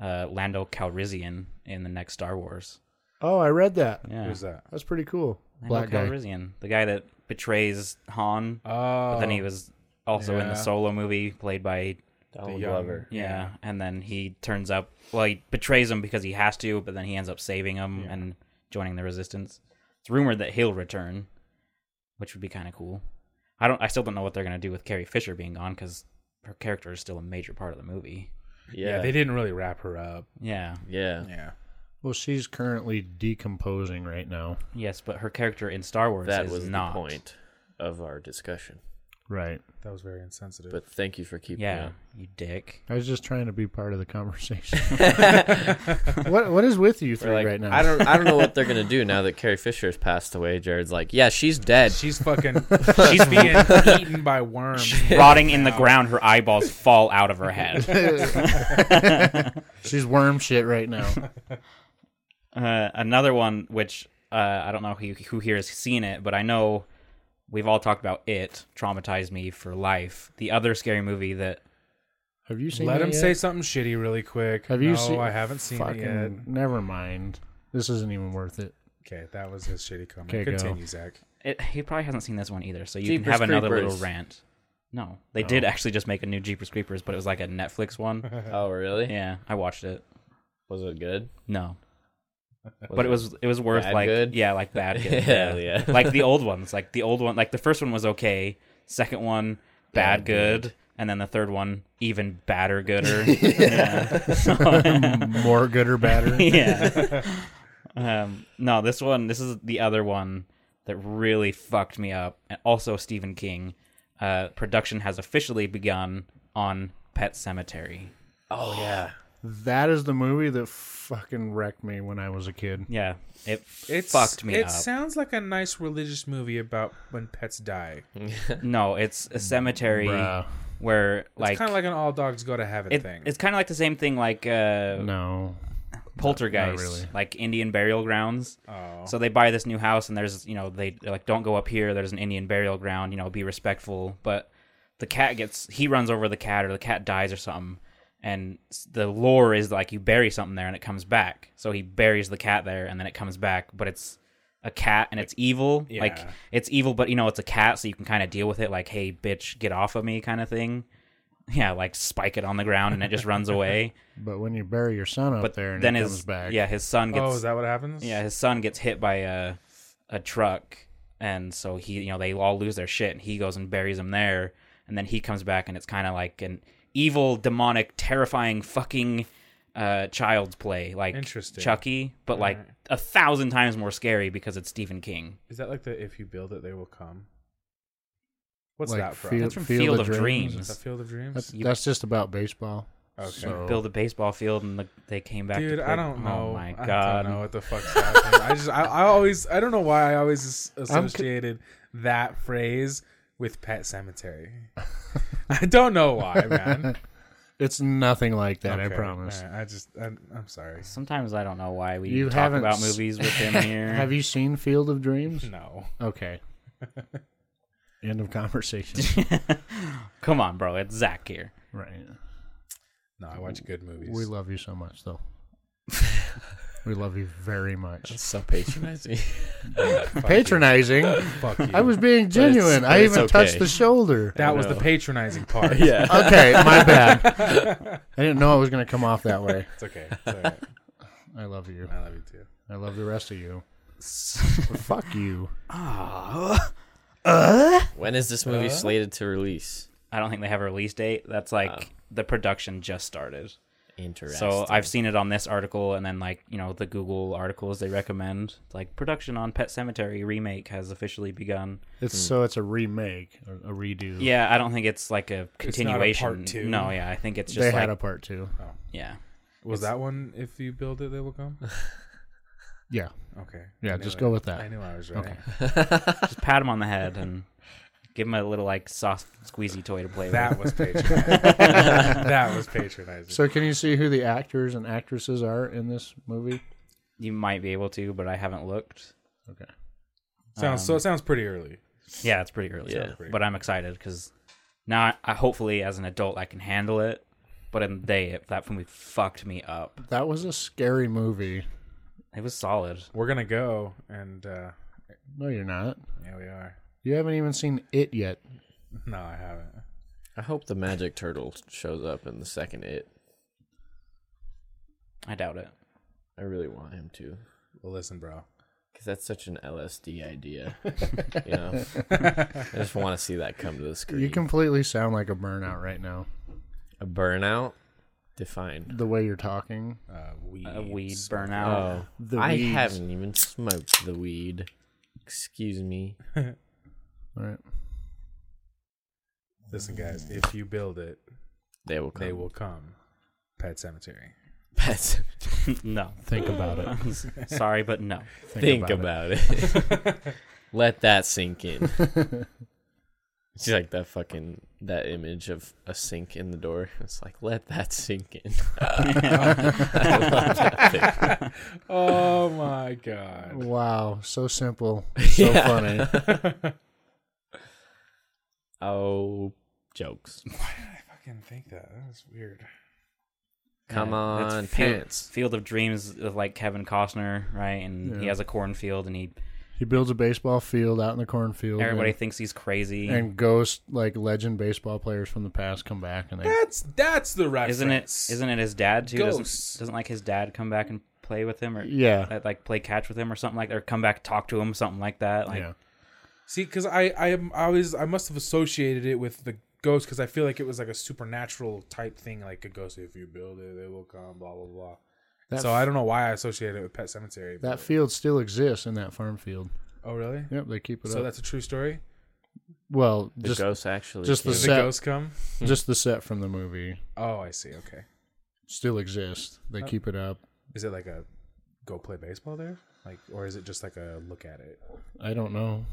Speaker 3: uh, Lando Calrissian in the next Star Wars.
Speaker 2: Oh, I read that.
Speaker 3: Yeah,
Speaker 1: Who's that?
Speaker 2: That's pretty cool.
Speaker 3: Lando
Speaker 2: Black guy.
Speaker 3: Calrissian, the guy that betrays Han,
Speaker 1: Oh,
Speaker 3: but then he was also in
Speaker 1: Yeah.
Speaker 3: the Solo movie, played by
Speaker 4: Donald
Speaker 1: The young-
Speaker 4: Glover.
Speaker 3: Yeah. and then he turns up. Well, he betrays him because he has to, but then he ends up saving him
Speaker 1: Yeah.
Speaker 3: and joining the resistance. It's rumored that he'll return, which would be kind of cool. I don't. I still don't know what they're gonna do with Carrie Fisher being gone because her character is still a major part of the movie.
Speaker 1: yeah.
Speaker 4: Yeah,
Speaker 1: They didn't really wrap her up.
Speaker 3: Yeah.
Speaker 4: yeah.
Speaker 1: Yeah.
Speaker 2: Well, she's currently decomposing right now.
Speaker 3: Yes, but her character in Star Wars
Speaker 4: That
Speaker 3: is
Speaker 4: was
Speaker 3: not.
Speaker 4: the point of our discussion.
Speaker 2: Right.
Speaker 1: That was very insensitive.
Speaker 4: But thank you for keeping.
Speaker 3: Yeah,
Speaker 4: it.
Speaker 3: you dick.
Speaker 2: I was just trying to be part of the conversation. what What is with you
Speaker 4: We're
Speaker 2: three
Speaker 4: like,
Speaker 2: right now?
Speaker 4: I don't. I don't know what they're gonna do now that Carrie Fisher's passed away. Jared's like, yeah, she's dead.
Speaker 1: she's fucking. she's being eaten by worms.
Speaker 3: Rotting in the ground, her eyeballs fall out of her head.
Speaker 2: She's worm shit right now.
Speaker 3: Uh, another one, which uh, I don't know who, who here has seen it, but I know we've all talked about it. Traumatized me for life. The other scary movie that
Speaker 2: Have you seen?
Speaker 1: Let
Speaker 2: that
Speaker 1: him
Speaker 2: yet?
Speaker 1: say something shitty really quick.
Speaker 2: Have you
Speaker 1: no,
Speaker 2: seen?
Speaker 1: I haven't seen
Speaker 2: fucking,
Speaker 1: it yet.
Speaker 2: Never mind. This isn't even worth it.
Speaker 1: Okay, that was his shitty comment.
Speaker 2: Okay, go.
Speaker 1: Continue, Zach.
Speaker 3: it, he probably hasn't seen this one either, so you can
Speaker 4: Jeepers
Speaker 3: have another little
Speaker 4: Creepers.
Speaker 3: rant. No, they did actually just make a new Jeepers Creepers, but it was like a Netflix one.
Speaker 4: oh, really?
Speaker 3: yeah, I watched it.
Speaker 4: Was it good?
Speaker 3: No, but it was it was worth
Speaker 4: bad
Speaker 3: like
Speaker 4: good?
Speaker 3: yeah, like bad. Good,
Speaker 4: Yeah, yeah.
Speaker 3: like the old ones. Like the old one. Like the first one was okay. Second one, bad, good. And then the third one, even badder, gooder. yeah.
Speaker 2: More good or better.
Speaker 3: yeah. um, no, this one, this is the other one that really fucked me up. And also Stephen King. Uh, production has officially begun on Pet Cemetery.
Speaker 4: Oh yeah.
Speaker 2: that is the movie that fucking wrecked me when I was a kid.
Speaker 3: Yeah, it
Speaker 1: It's,
Speaker 3: fucked me
Speaker 1: It
Speaker 3: up.
Speaker 1: sounds like a nice religious movie about when pets die.
Speaker 3: no, it's a cemetery
Speaker 2: Bruh.
Speaker 3: where like
Speaker 1: it's kind of like an all dogs go to heaven
Speaker 3: it-
Speaker 1: thing.
Speaker 3: it's kind of like the same thing like uh,
Speaker 2: No.
Speaker 3: poltergeist,
Speaker 2: really.
Speaker 3: like Indian burial grounds.
Speaker 1: oh,
Speaker 3: So they buy this new house, and there's you know they they're like don't go up here. There's an Indian burial ground. You know, be respectful. But the cat gets he runs over the cat, or the cat dies, or something. And s- the lore is like you bury something there and it comes back. So he buries the cat there and then it comes back, but it's a cat and it's evil. Like
Speaker 1: yeah.
Speaker 3: it's evil, but you know it's a cat, so you can kind of deal with it. Like hey, bitch, get off of me, kind of thing. Yeah, like spike it on the ground and it just runs away.
Speaker 2: But when you bury your son up
Speaker 3: But
Speaker 2: there and
Speaker 3: then
Speaker 2: he
Speaker 3: his
Speaker 2: comes back,
Speaker 3: yeah his son gets
Speaker 1: oh, is that what happens?
Speaker 3: yeah, his son gets hit by a a truck, and so he, you know, they all lose their shit, and he goes and buries him there, and then he comes back, and it's kind of like an evil, demonic, terrifying, fucking uh, child's play, like
Speaker 1: Interesting.
Speaker 3: Chucky, but like
Speaker 1: Alright.
Speaker 3: a thousand times more scary because it's Stephen King.
Speaker 1: Is that like the if you build it, they will come? What's
Speaker 2: like
Speaker 1: that from?
Speaker 2: Field,
Speaker 3: That's from Field of
Speaker 1: Is that
Speaker 3: Dreams.
Speaker 1: Field of Dreams?
Speaker 2: That's, that's just about baseball.
Speaker 1: Okay.
Speaker 2: So-
Speaker 3: Build a baseball field, and the, they came back. to
Speaker 1: Dude,
Speaker 3: play-
Speaker 1: I don't know.
Speaker 3: Oh my
Speaker 1: I
Speaker 3: god!
Speaker 1: don't know what the fuck's happening. I just, I, I always, I don't know why I always as-
Speaker 2: co-
Speaker 1: associated that phrase with Pet Cemetery. I don't know why, man.
Speaker 2: It's nothing like that, I
Speaker 1: Okay,
Speaker 2: promise.
Speaker 1: all right, I just, I'm, I'm sorry.
Speaker 3: Sometimes I don't know why we
Speaker 2: You
Speaker 3: talk
Speaker 2: haven't
Speaker 3: about
Speaker 2: s-
Speaker 3: movies with him here.
Speaker 2: Have you seen Field of Dreams?
Speaker 1: No.
Speaker 2: Okay. End of conversation.
Speaker 3: Come on, bro. It's Zach here.
Speaker 2: right.
Speaker 1: No, I watch good movies.
Speaker 2: We love you so much, though. we love you very much.
Speaker 4: So patronizing.
Speaker 2: Patronizing.
Speaker 1: Fuck you.
Speaker 2: I was being genuine.
Speaker 4: but
Speaker 2: I
Speaker 4: it's
Speaker 2: even
Speaker 4: okay.
Speaker 2: touched the shoulder.
Speaker 1: that was
Speaker 4: know.
Speaker 1: the patronizing part.
Speaker 4: yeah.
Speaker 2: Okay, my bad. I didn't know it was going to come off that way.
Speaker 1: It's okay. It's all right.
Speaker 2: I love you.
Speaker 1: I love you too.
Speaker 2: I love the rest of you. But fuck you.
Speaker 4: When is this movie slated to release?
Speaker 3: I don't think they have a release date. That's like the production just started.
Speaker 4: Interesting.
Speaker 3: So I've seen it on this article, and then like you know the Google articles they recommend, like production on Pet Cemetery remake has officially begun.
Speaker 2: It's so it's a remake, a, a redo.
Speaker 3: Yeah, I don't think it's like a continuation.
Speaker 1: part two.
Speaker 3: No, yeah, I think it's just
Speaker 2: they
Speaker 3: like
Speaker 2: had a part two.
Speaker 3: yeah,
Speaker 1: Was that one? If you build it, they will come.
Speaker 2: Yeah,
Speaker 1: Okay. I
Speaker 2: yeah.
Speaker 1: knew
Speaker 2: Just
Speaker 1: it.
Speaker 2: go with that.
Speaker 1: I knew I was right.
Speaker 3: just pat him on the head and give him a little like soft squeezy toy to play
Speaker 1: That
Speaker 3: with.
Speaker 1: was patronizing. that was patronizing.
Speaker 2: So can you see who the actors and actresses are in this movie?
Speaker 3: You might be able to, but I haven't looked.
Speaker 2: Okay.
Speaker 1: sounds
Speaker 2: um,
Speaker 1: so. It sounds pretty early.
Speaker 3: Yeah, it's pretty early.
Speaker 4: Yeah.
Speaker 3: but I'm excited because now I, I hopefully as an adult I can handle it. But in the day, it, that movie fucked me up.
Speaker 2: That was a scary movie.
Speaker 3: It was solid.
Speaker 1: We're gonna go, and uh,
Speaker 2: No, you're not.
Speaker 1: yeah, we are.
Speaker 2: You haven't even seen it yet.
Speaker 1: No, I haven't.
Speaker 4: I hope the magic turtle shows up in the second it.
Speaker 3: I doubt it.
Speaker 4: I really want him to,
Speaker 1: Well, listen, bro.
Speaker 4: because that's such an LSD idea. you know, I just want to see that come to the screen.
Speaker 2: You completely sound like a burnout right now.
Speaker 4: a burnout. Define.
Speaker 2: The way you're talking.
Speaker 1: Uh, weed.
Speaker 3: A weed
Speaker 1: smoke.
Speaker 3: burnout.
Speaker 4: Oh,
Speaker 2: The
Speaker 4: I
Speaker 2: weeds.
Speaker 4: haven't even smoked the weed. Excuse me.
Speaker 2: All right.
Speaker 1: Listen, guys. If you build it,
Speaker 4: They will come.
Speaker 1: they will come. Pet Cemetery.
Speaker 4: Pets.
Speaker 3: no.
Speaker 2: Think about it.
Speaker 3: Sorry, but no.
Speaker 4: Think, about, it. Let that sink in. It's like that fucking that image of a sink in the door. It's like let that sink in. I love that thing.
Speaker 1: Oh my god.
Speaker 2: Wow, so simple, so funny.
Speaker 4: Oh, jokes.
Speaker 1: I fucking think that. That was weird.
Speaker 4: Come
Speaker 3: Yeah, that's
Speaker 4: on,
Speaker 3: Field-
Speaker 4: pants.
Speaker 3: Field of Dreams of like Kevin Costner, right? And he
Speaker 2: Yeah.
Speaker 3: has a cornfield, and he
Speaker 2: He builds a baseball field out in the cornfield.
Speaker 3: everybody
Speaker 2: and,
Speaker 3: thinks he's crazy.
Speaker 2: and ghost like legend baseball players from the past come back and they
Speaker 1: That's that's the reference.
Speaker 3: isn't it? Isn't it his dad too?
Speaker 1: Ghosts.
Speaker 3: Doesn't doesn't like his dad come back and play with him or
Speaker 2: Yeah.
Speaker 3: like, like play catch with him or something like that, or come back talk to him something like that. Like
Speaker 2: yeah.
Speaker 1: See, because I I am I was I must have associated it with the ghost because I feel like it was like a supernatural type thing, like a ghost. If you build it, they will come. Blah blah blah.
Speaker 2: That
Speaker 1: so I don't know why I associated it with Pet Cemetery.
Speaker 2: That field still exists in that farm field.
Speaker 1: oh really?
Speaker 2: Yep, they keep it
Speaker 1: So
Speaker 2: up.
Speaker 1: that's a true story.
Speaker 2: well,
Speaker 4: The
Speaker 2: just
Speaker 4: ghosts actually.
Speaker 2: just the
Speaker 1: Did
Speaker 4: came.
Speaker 1: the
Speaker 2: Set.
Speaker 1: ghosts come?
Speaker 2: just the set from the movie
Speaker 1: Oh, I see. Okay.
Speaker 2: still exists. They keep it up.
Speaker 1: Is it like a go play baseball there? Like, or is it just like a look at it?
Speaker 2: I don't know.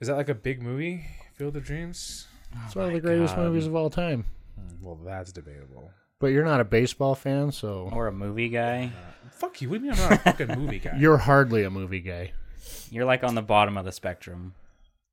Speaker 1: Is that like a big movie, Field of Dreams?
Speaker 2: It's one of the greatest movies of all time.
Speaker 1: Well, that's debatable.
Speaker 2: But you're not a baseball fan, so
Speaker 3: or a movie guy.
Speaker 1: Fuck you. What do you mean I'm not a fucking movie guy?
Speaker 2: you're hardly a movie guy.
Speaker 3: You're like on the bottom of the spectrum.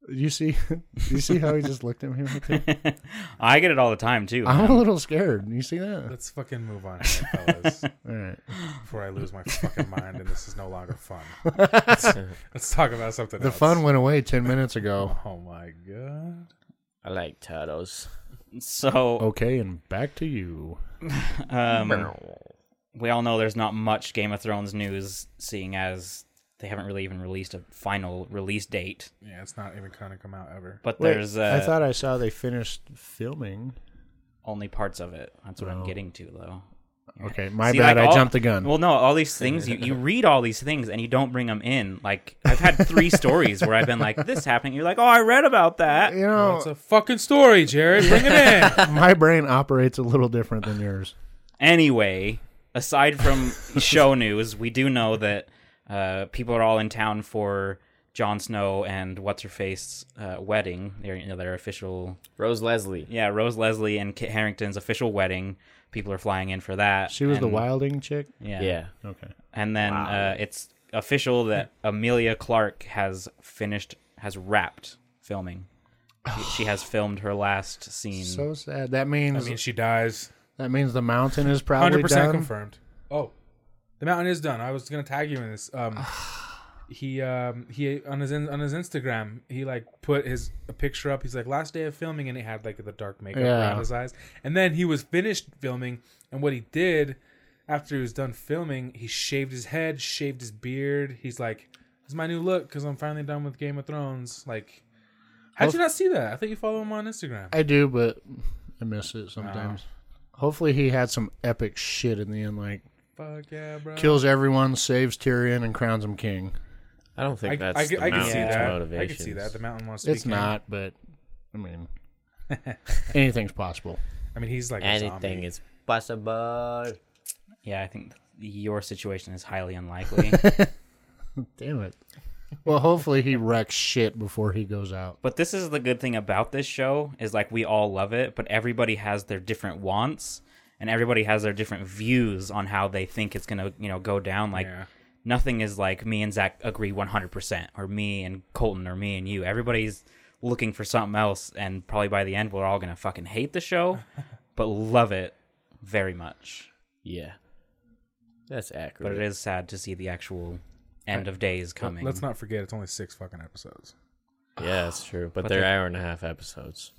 Speaker 2: You see, you see how he just looked at me. Like that?
Speaker 3: I get it all the time too.
Speaker 2: I'm a little scared. You see that?
Speaker 1: Let's fucking move on, here, fellas,
Speaker 2: All right.
Speaker 1: before I lose my fucking mind and this is no longer fun. Let's, let's talk about something
Speaker 2: The
Speaker 1: else.
Speaker 2: fun went away ten minutes ago.
Speaker 1: Oh my god.
Speaker 4: I like turtles.
Speaker 3: so
Speaker 2: Okay, and back to you.
Speaker 3: um, we all know there's not much Game of Thrones news, seeing as they haven't really even released a final release date.
Speaker 1: Yeah, it's not even gonna come out ever.
Speaker 3: But
Speaker 2: Wait,
Speaker 3: there's uh,
Speaker 2: I thought I saw they finished filming.
Speaker 3: only parts of it. That's what I'm getting to, though.
Speaker 2: Okay, my
Speaker 3: See,
Speaker 2: bad.
Speaker 3: like,
Speaker 2: I
Speaker 3: all-
Speaker 2: jumped the gun.
Speaker 3: Well, no, all these things you, you read all these things and you don't bring them in. Like I've had three stories where I've been like, "This happening." You're like, "Oh, I read about that."
Speaker 2: you
Speaker 1: It's
Speaker 2: know,
Speaker 1: a fucking story, Jared. Bring it in.
Speaker 2: my brain operates a little different than yours.
Speaker 3: Anyway, aside from show news, we do know that uh, people are all in town for Jon Snow and what's her face uh, wedding. Their you know, their official,
Speaker 4: Rose Leslie.
Speaker 3: yeah, Rose Leslie and Kit Harrington's official wedding. People are flying in for that.
Speaker 2: She was the
Speaker 3: and-
Speaker 2: wilding chick.
Speaker 4: Yeah.
Speaker 2: Okay.
Speaker 3: and then uh, it's official that Amelia Clark has finished, has wrapped filming. She, she has filmed her last scene.
Speaker 2: So sad. That means
Speaker 1: I mean, she dies.
Speaker 2: that means the mountain is probably
Speaker 1: Hundred percent
Speaker 2: done.
Speaker 1: confirmed. Oh, the mountain is done. I was gonna tag you in this. Um, he um he on his in, on his Instagram he like put his a picture up. He's like last day of filming, and it had like the dark makeup
Speaker 2: Yeah.
Speaker 1: around his eyes. And then he was finished filming, and what he did after he was done filming, he shaved his head, shaved his beard. He's like, "This is my new look because I'm finally done with Game of Thrones." Like, how'd you not see that? I thought you follow him on Instagram.
Speaker 2: I do, but I miss it sometimes. Hopefully, he had some epic shit in the end, like
Speaker 1: Fuck yeah, bro.
Speaker 2: kills everyone, saves Tyrion, and crowns him king.
Speaker 4: I don't think
Speaker 1: I,
Speaker 4: that's
Speaker 1: I,
Speaker 4: the
Speaker 1: I, I can see
Speaker 4: mountain's
Speaker 1: that.
Speaker 4: motivation.
Speaker 1: I can see that. The mountain wants to
Speaker 2: It's
Speaker 1: be king.
Speaker 2: not, but I mean, anything's possible.
Speaker 1: I mean, he's like a
Speaker 4: Anything
Speaker 1: zombie.
Speaker 4: is possible.
Speaker 3: Yeah, I think your situation is highly unlikely.
Speaker 2: Damn it. Well, hopefully he wrecks shit before he goes out.
Speaker 3: but this is the good thing about this show is like we all love it, but everybody has their different wants and everybody has their different views on how they think it's gonna you know go down. Like
Speaker 1: Yeah.
Speaker 3: nothing is like me and Zach agree one hundred percent, or me and Colton, or me and you. Everybody's looking for something else, and probably by the end we're all gonna fucking hate the show, but love it very much.
Speaker 4: Yeah, that's
Speaker 3: But
Speaker 4: accurate.
Speaker 3: it is sad to see the actual end of days coming.
Speaker 1: Let's not forget, it's only six fucking episodes.
Speaker 4: Yeah, that's true. But,
Speaker 3: But
Speaker 4: they're
Speaker 3: they're-
Speaker 4: hour and a half episodes.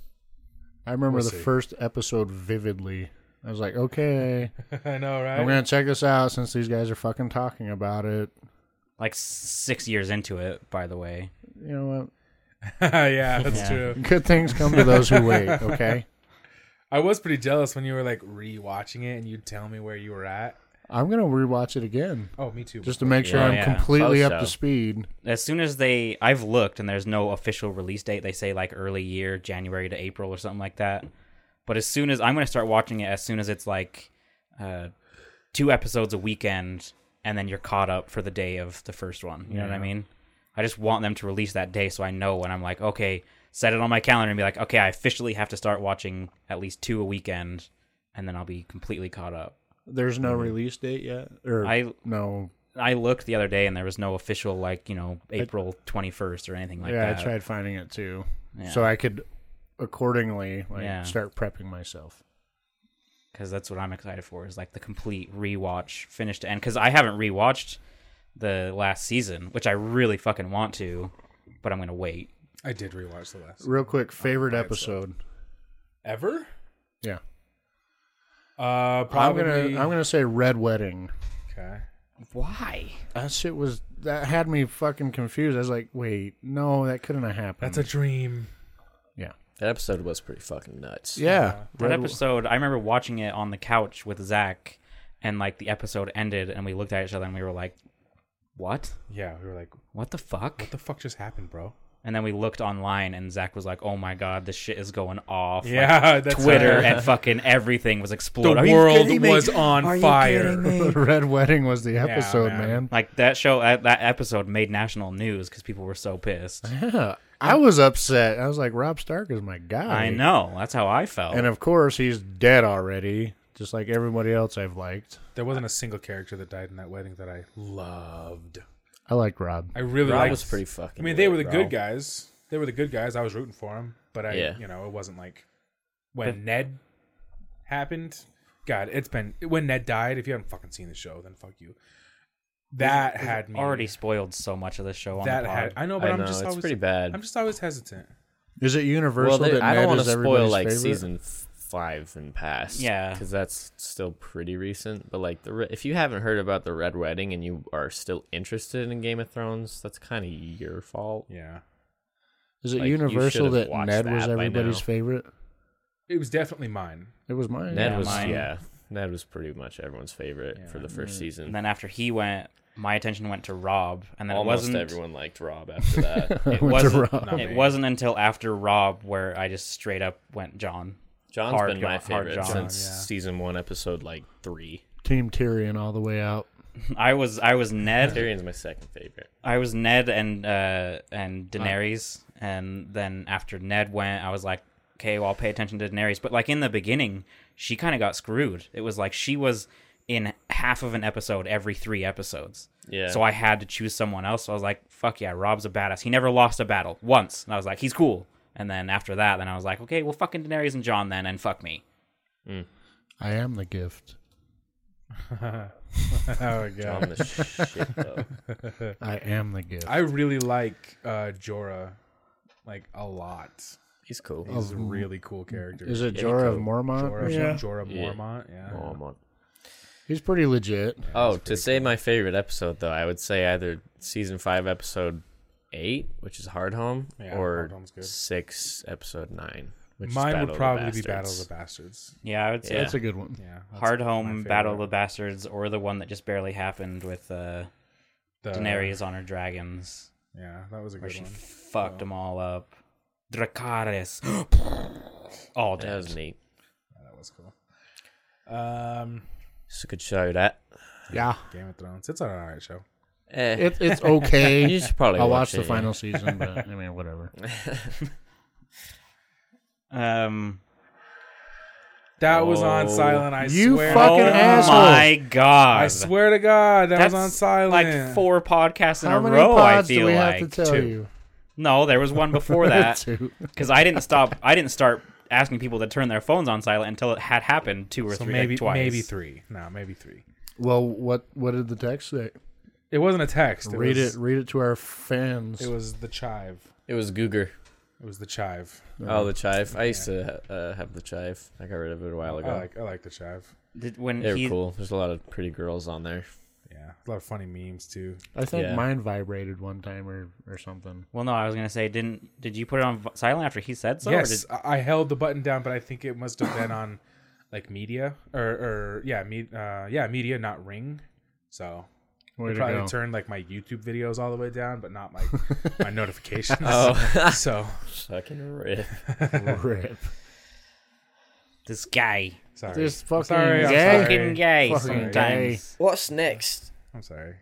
Speaker 2: I remember
Speaker 1: We'll
Speaker 2: the
Speaker 1: see.
Speaker 2: first episode vividly. I was like, okay,
Speaker 1: I know, right?
Speaker 2: I'm going to check this out since these guys are fucking talking about it.
Speaker 3: like s- six years into it, by the way.
Speaker 2: You know
Speaker 1: yeah, that's
Speaker 3: Yeah.
Speaker 1: true.
Speaker 2: what? Good things come to those who wait, okay?
Speaker 1: I was pretty jealous when you were like rewatching it and you'd tell me where you were at.
Speaker 2: I'm going to rewatch it again
Speaker 1: Oh, me too.
Speaker 2: just to make sure
Speaker 4: Yeah.
Speaker 2: I'm
Speaker 3: Yeah.
Speaker 2: completely
Speaker 4: Hope
Speaker 2: up to
Speaker 4: so.
Speaker 2: speed.
Speaker 3: As soon as they, I've looked and there's no official release date. They say like early year, January to April or something like that. But as soon as I'm gonna start watching it, as soon as it's like uh, two episodes a weekend, and then you're caught up for the day of the first one. You know what I
Speaker 1: Yeah.
Speaker 3: mean? I just want them to release that day so I know when I'm like, okay, set it on my calendar and be like, okay, I officially have to start watching at least two a weekend, and then I'll be completely caught up.
Speaker 2: There's no release date yet? Or
Speaker 3: I-
Speaker 2: Mm. no.
Speaker 3: I looked the other day and there was no official like you know April twenty first or anything like
Speaker 2: yeah,
Speaker 3: that.
Speaker 2: I tried finding it too.
Speaker 3: Yeah.
Speaker 2: So I could accordingly like
Speaker 3: Yeah.
Speaker 2: start prepping myself.
Speaker 3: because that's what I'm excited for is like the complete rewatch, finish to end. Because I haven't rewatched the last season, which I really fucking want to, but I'm gonna wait.
Speaker 1: I did rewatch the last
Speaker 2: Real quick, favorite episode.
Speaker 1: ever.
Speaker 2: Yeah.
Speaker 1: Uh, probably.
Speaker 2: I'm gonna I'm gonna say Red Wedding.
Speaker 1: Okay.
Speaker 3: Why?
Speaker 2: That shit was that had me fucking confused. I was like, wait, no, that couldn't have happened.
Speaker 1: That's a dream.
Speaker 2: yeah,
Speaker 4: That episode was pretty fucking nuts.
Speaker 2: yeah.
Speaker 3: That episode, I remember watching it on the couch with Zach, and like the episode ended, and we looked at each other and we were like, "What?
Speaker 1: Yeah, we were like,
Speaker 3: What the fuck?"
Speaker 1: what the fuck just happened, bro?
Speaker 3: and then we looked online, and Zach was like, "Oh my god, this shit is going off." Like,
Speaker 1: Yeah, that's
Speaker 3: Twitter
Speaker 1: right.
Speaker 3: and fucking everything was
Speaker 1: the
Speaker 3: exploding. Are you
Speaker 1: world
Speaker 3: kidding me?
Speaker 1: was on
Speaker 3: Are you kidding
Speaker 1: fire.
Speaker 3: me?
Speaker 2: Red Wedding was the episode,
Speaker 1: man.
Speaker 2: man.
Speaker 3: Like that show, that, that episode made national news because people were so pissed.
Speaker 2: Yeah, I was upset. I was like, Rob Stark is my guy.
Speaker 3: I know. That's how I felt.
Speaker 2: and of course he's dead already, just like everybody else I've liked.
Speaker 1: There wasn't a single character that died in that wedding that I loved.
Speaker 2: I like Rob.
Speaker 1: I really
Speaker 4: Rob
Speaker 1: liked.
Speaker 4: was pretty fucking.
Speaker 1: I mean, they
Speaker 4: lit,
Speaker 1: were the
Speaker 4: bro.
Speaker 1: good guys. They were the good guys. I was rooting for them, but I,
Speaker 4: Yeah.
Speaker 1: you know, it wasn't like when Ned happened. God, it's been when Ned died. If you haven't fucking seen the show, then fuck you. That had me
Speaker 3: already spoiled so much of the show on
Speaker 1: That
Speaker 3: the pod.
Speaker 1: had I know, but
Speaker 4: I
Speaker 1: I'm
Speaker 4: know
Speaker 1: just
Speaker 4: it's
Speaker 1: always
Speaker 4: pretty bad.
Speaker 1: I'm just always hesitant.
Speaker 2: Is it
Speaker 4: well,
Speaker 2: universal
Speaker 4: they,
Speaker 2: that
Speaker 4: I don't
Speaker 2: Ned
Speaker 4: want
Speaker 2: is
Speaker 4: to spoil
Speaker 2: everybody's
Speaker 4: like
Speaker 2: favorite?
Speaker 4: season f- five and past.
Speaker 3: Yeah.
Speaker 4: because that's still pretty recent. But like the re- if you haven't heard about the Red Wedding and you are still interested in Game of Thrones, that's kind of your fault.
Speaker 1: Yeah,
Speaker 2: Is it
Speaker 4: like, you
Speaker 2: universal
Speaker 4: should've
Speaker 2: that
Speaker 4: watched
Speaker 2: Ned
Speaker 4: that
Speaker 2: was
Speaker 4: by
Speaker 2: everybody's
Speaker 4: now.
Speaker 2: favorite?
Speaker 1: it was definitely mine.
Speaker 2: It was mine.
Speaker 4: Ned
Speaker 3: Yeah,
Speaker 4: was
Speaker 3: mine-
Speaker 4: yeah. Ned was pretty much everyone's favorite for the first season.
Speaker 3: And then after he went, my attention went to Rob, and then it
Speaker 4: Almost
Speaker 3: wasn't.
Speaker 4: everyone liked Rob after that.
Speaker 2: Went
Speaker 3: It
Speaker 2: to
Speaker 3: wasn't.
Speaker 2: Rob.
Speaker 1: Not
Speaker 3: It
Speaker 1: me.
Speaker 3: wasn't until after Rob where I just straight up went John.
Speaker 4: John's
Speaker 3: Hard
Speaker 4: been my
Speaker 3: John- hard
Speaker 4: favorite
Speaker 3: John,
Speaker 4: since
Speaker 1: yeah.
Speaker 4: season one, episode like three.
Speaker 2: Team Tyrion all the way out.
Speaker 3: I was I was Ned.
Speaker 4: Tyrion's my second favorite.
Speaker 3: I was Ned and uh and Daenerys, and then after Ned went, I was like, okay, well I'll pay attention to Daenerys. But like in the beginning, she kind of got screwed. It was like she was in half of an episode every three episodes.
Speaker 4: Yeah.
Speaker 3: So I had to choose someone else. So I was like, fuck yeah, Rob's a badass. He never lost a battle once. And I was like, he's cool. And then after that, then I was like, okay, well fucking Daenerys and John then, and fuck me.
Speaker 2: I am the gift.
Speaker 1: Oh
Speaker 4: John
Speaker 1: god,
Speaker 4: the shit though.
Speaker 2: I am the gift.
Speaker 1: I really like uh, Jorah, like a lot.
Speaker 4: He's cool.
Speaker 1: He's a really cool character.
Speaker 2: Is it
Speaker 4: Yeah,
Speaker 2: Jorah of
Speaker 4: Jorah-
Speaker 2: Mormont?
Speaker 1: Jorah,
Speaker 2: Yeah.
Speaker 1: Jorah
Speaker 4: Yeah.
Speaker 1: Mormont? Yeah.
Speaker 4: Oh, I'm on-
Speaker 2: He's pretty legit.
Speaker 4: Oh, to say my favorite episode though, I would say either season five, episode eight, which is Hard Home,
Speaker 1: Yeah,
Speaker 4: or
Speaker 1: Hard Home's good.
Speaker 4: six, episode nine. Which is
Speaker 1: Mine
Speaker 4: Battle of
Speaker 1: would
Speaker 4: the
Speaker 1: probably be Battle of
Speaker 4: Bastards.
Speaker 1: the Bastards.
Speaker 3: Yeah, I would say
Speaker 4: Yeah.
Speaker 2: That's a good one.
Speaker 1: Yeah, that's
Speaker 3: Hard
Speaker 1: my
Speaker 3: Home,
Speaker 1: favorite.
Speaker 3: Battle of the Bastards, or the one that just barely happened with uh,
Speaker 1: The-
Speaker 3: Daenerys on her dragons,
Speaker 1: Yeah, that was a
Speaker 3: where
Speaker 1: good
Speaker 3: she
Speaker 1: one.
Speaker 3: fucked them all up. Dracarys, all
Speaker 4: That
Speaker 3: dead.
Speaker 4: was neat.
Speaker 1: Yeah, that was cool. Um,
Speaker 4: It's a good show. That.
Speaker 2: Yeah,
Speaker 1: Game of Thrones. It's an alright show.
Speaker 4: Eh,
Speaker 2: it, it's okay.
Speaker 4: you should probably.
Speaker 2: I'll watch
Speaker 4: watch it,
Speaker 2: the
Speaker 4: yeah.
Speaker 2: final season, but I mean, whatever.
Speaker 3: Um,
Speaker 1: That was on
Speaker 4: Oh.
Speaker 1: silent. I
Speaker 2: You
Speaker 1: swear.
Speaker 2: fucking
Speaker 1: to God.
Speaker 2: asshole.
Speaker 3: oh my god!
Speaker 1: I swear to God, that
Speaker 3: That's
Speaker 1: was on silent.
Speaker 3: Like four podcasts in
Speaker 2: How
Speaker 3: a
Speaker 2: many
Speaker 3: row. I
Speaker 2: pods
Speaker 3: feel
Speaker 2: do we
Speaker 3: like
Speaker 2: have to tell
Speaker 3: Two.
Speaker 2: you?
Speaker 3: No, there was one before that
Speaker 2: Two.
Speaker 3: because I didn't stop. I didn't start asking people to turn their phones on silent until it had happened two or
Speaker 1: So
Speaker 3: three,
Speaker 1: maybe
Speaker 3: like, twice.
Speaker 1: maybe three. No, maybe three.
Speaker 2: Well, what what did the text say?
Speaker 1: It wasn't a text. It
Speaker 2: Read
Speaker 1: was,
Speaker 2: it. Read it to our fans.
Speaker 1: It was the chive.
Speaker 4: It was Googer.
Speaker 1: It was the chive.
Speaker 4: Oh, the chive. I used to uh, have the chive. I got rid of it a while
Speaker 1: I
Speaker 4: ago.
Speaker 1: like I like the chive.
Speaker 3: Did, when
Speaker 4: They
Speaker 3: he
Speaker 4: were cool. There's a lot of pretty girls on there.
Speaker 1: Yeah, a lot of funny memes too.
Speaker 2: I think
Speaker 4: Yeah.
Speaker 2: mine vibrated one time or or something.
Speaker 3: Well, no, I was gonna say, didn't did you put it on v- silent after he said so? or
Speaker 1: yes,
Speaker 3: did-
Speaker 1: I I held the button down, but I think it must have been on like media or or yeah, me, uh, yeah, media, not ring. So
Speaker 2: Way
Speaker 1: it
Speaker 2: to
Speaker 1: probably
Speaker 2: go.
Speaker 1: turned like my YouTube videos all the way down, but not my my notifications.
Speaker 4: Oh.
Speaker 1: so
Speaker 4: Fucking rip.
Speaker 2: Rip.
Speaker 3: this guy
Speaker 1: sorry.
Speaker 2: This
Speaker 1: I'm
Speaker 2: fucking
Speaker 1: sorry, I'm
Speaker 2: guy.
Speaker 1: sorry.
Speaker 3: fucking gay
Speaker 2: Fucking
Speaker 3: sometimes?
Speaker 4: What's next?
Speaker 1: I'm sorry.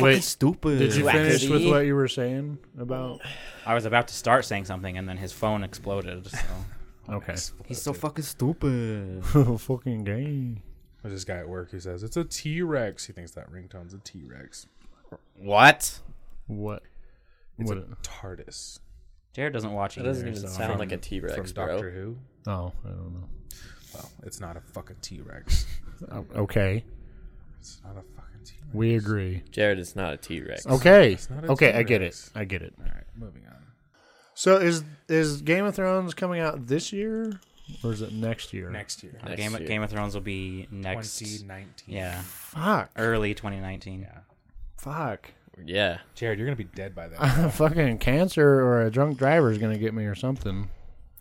Speaker 2: Wait,
Speaker 4: stupid.
Speaker 2: Did you finish with
Speaker 4: Wackity.
Speaker 2: what you were saying about?
Speaker 3: I was about to start saying something, and then his phone exploded. So
Speaker 2: Okay.
Speaker 3: he's so fucking stupid.
Speaker 2: Fucking gay.
Speaker 1: There's this guy at work who says it's a T Rex. He thinks that ringtone's a T Rex.
Speaker 4: What?
Speaker 2: What?
Speaker 1: It's
Speaker 2: What?
Speaker 1: a TARDIS
Speaker 3: Jared doesn't watch it.
Speaker 4: That doesn't
Speaker 3: either,
Speaker 4: even
Speaker 3: so-
Speaker 4: sound like a T
Speaker 1: from
Speaker 4: Rex, bro.
Speaker 1: Doctor Who.
Speaker 2: Oh, I don't know.
Speaker 1: Well, it's not a fucking T Rex.
Speaker 2: O- Oh, Okay,
Speaker 1: It's not a fucking T Rex.
Speaker 2: we agree.
Speaker 4: Jared is not a T Rex.
Speaker 2: Okay,
Speaker 1: not a
Speaker 2: okay, I get it.
Speaker 1: T-Rex.
Speaker 2: I get it.
Speaker 1: All right, moving on.
Speaker 2: So is is Game of Thrones coming out this year or is it next year?
Speaker 1: Next year,
Speaker 4: Next
Speaker 3: Game,
Speaker 4: year.
Speaker 3: Game of Thrones will be next.
Speaker 1: 2019.
Speaker 3: Yeah,
Speaker 2: Fuck.
Speaker 3: early 2019.
Speaker 1: Yeah.
Speaker 2: Fuck.
Speaker 4: Yeah.
Speaker 1: Jared, you're gonna be dead by then.
Speaker 2: fucking cancer or a drunk driver is gonna get me or something.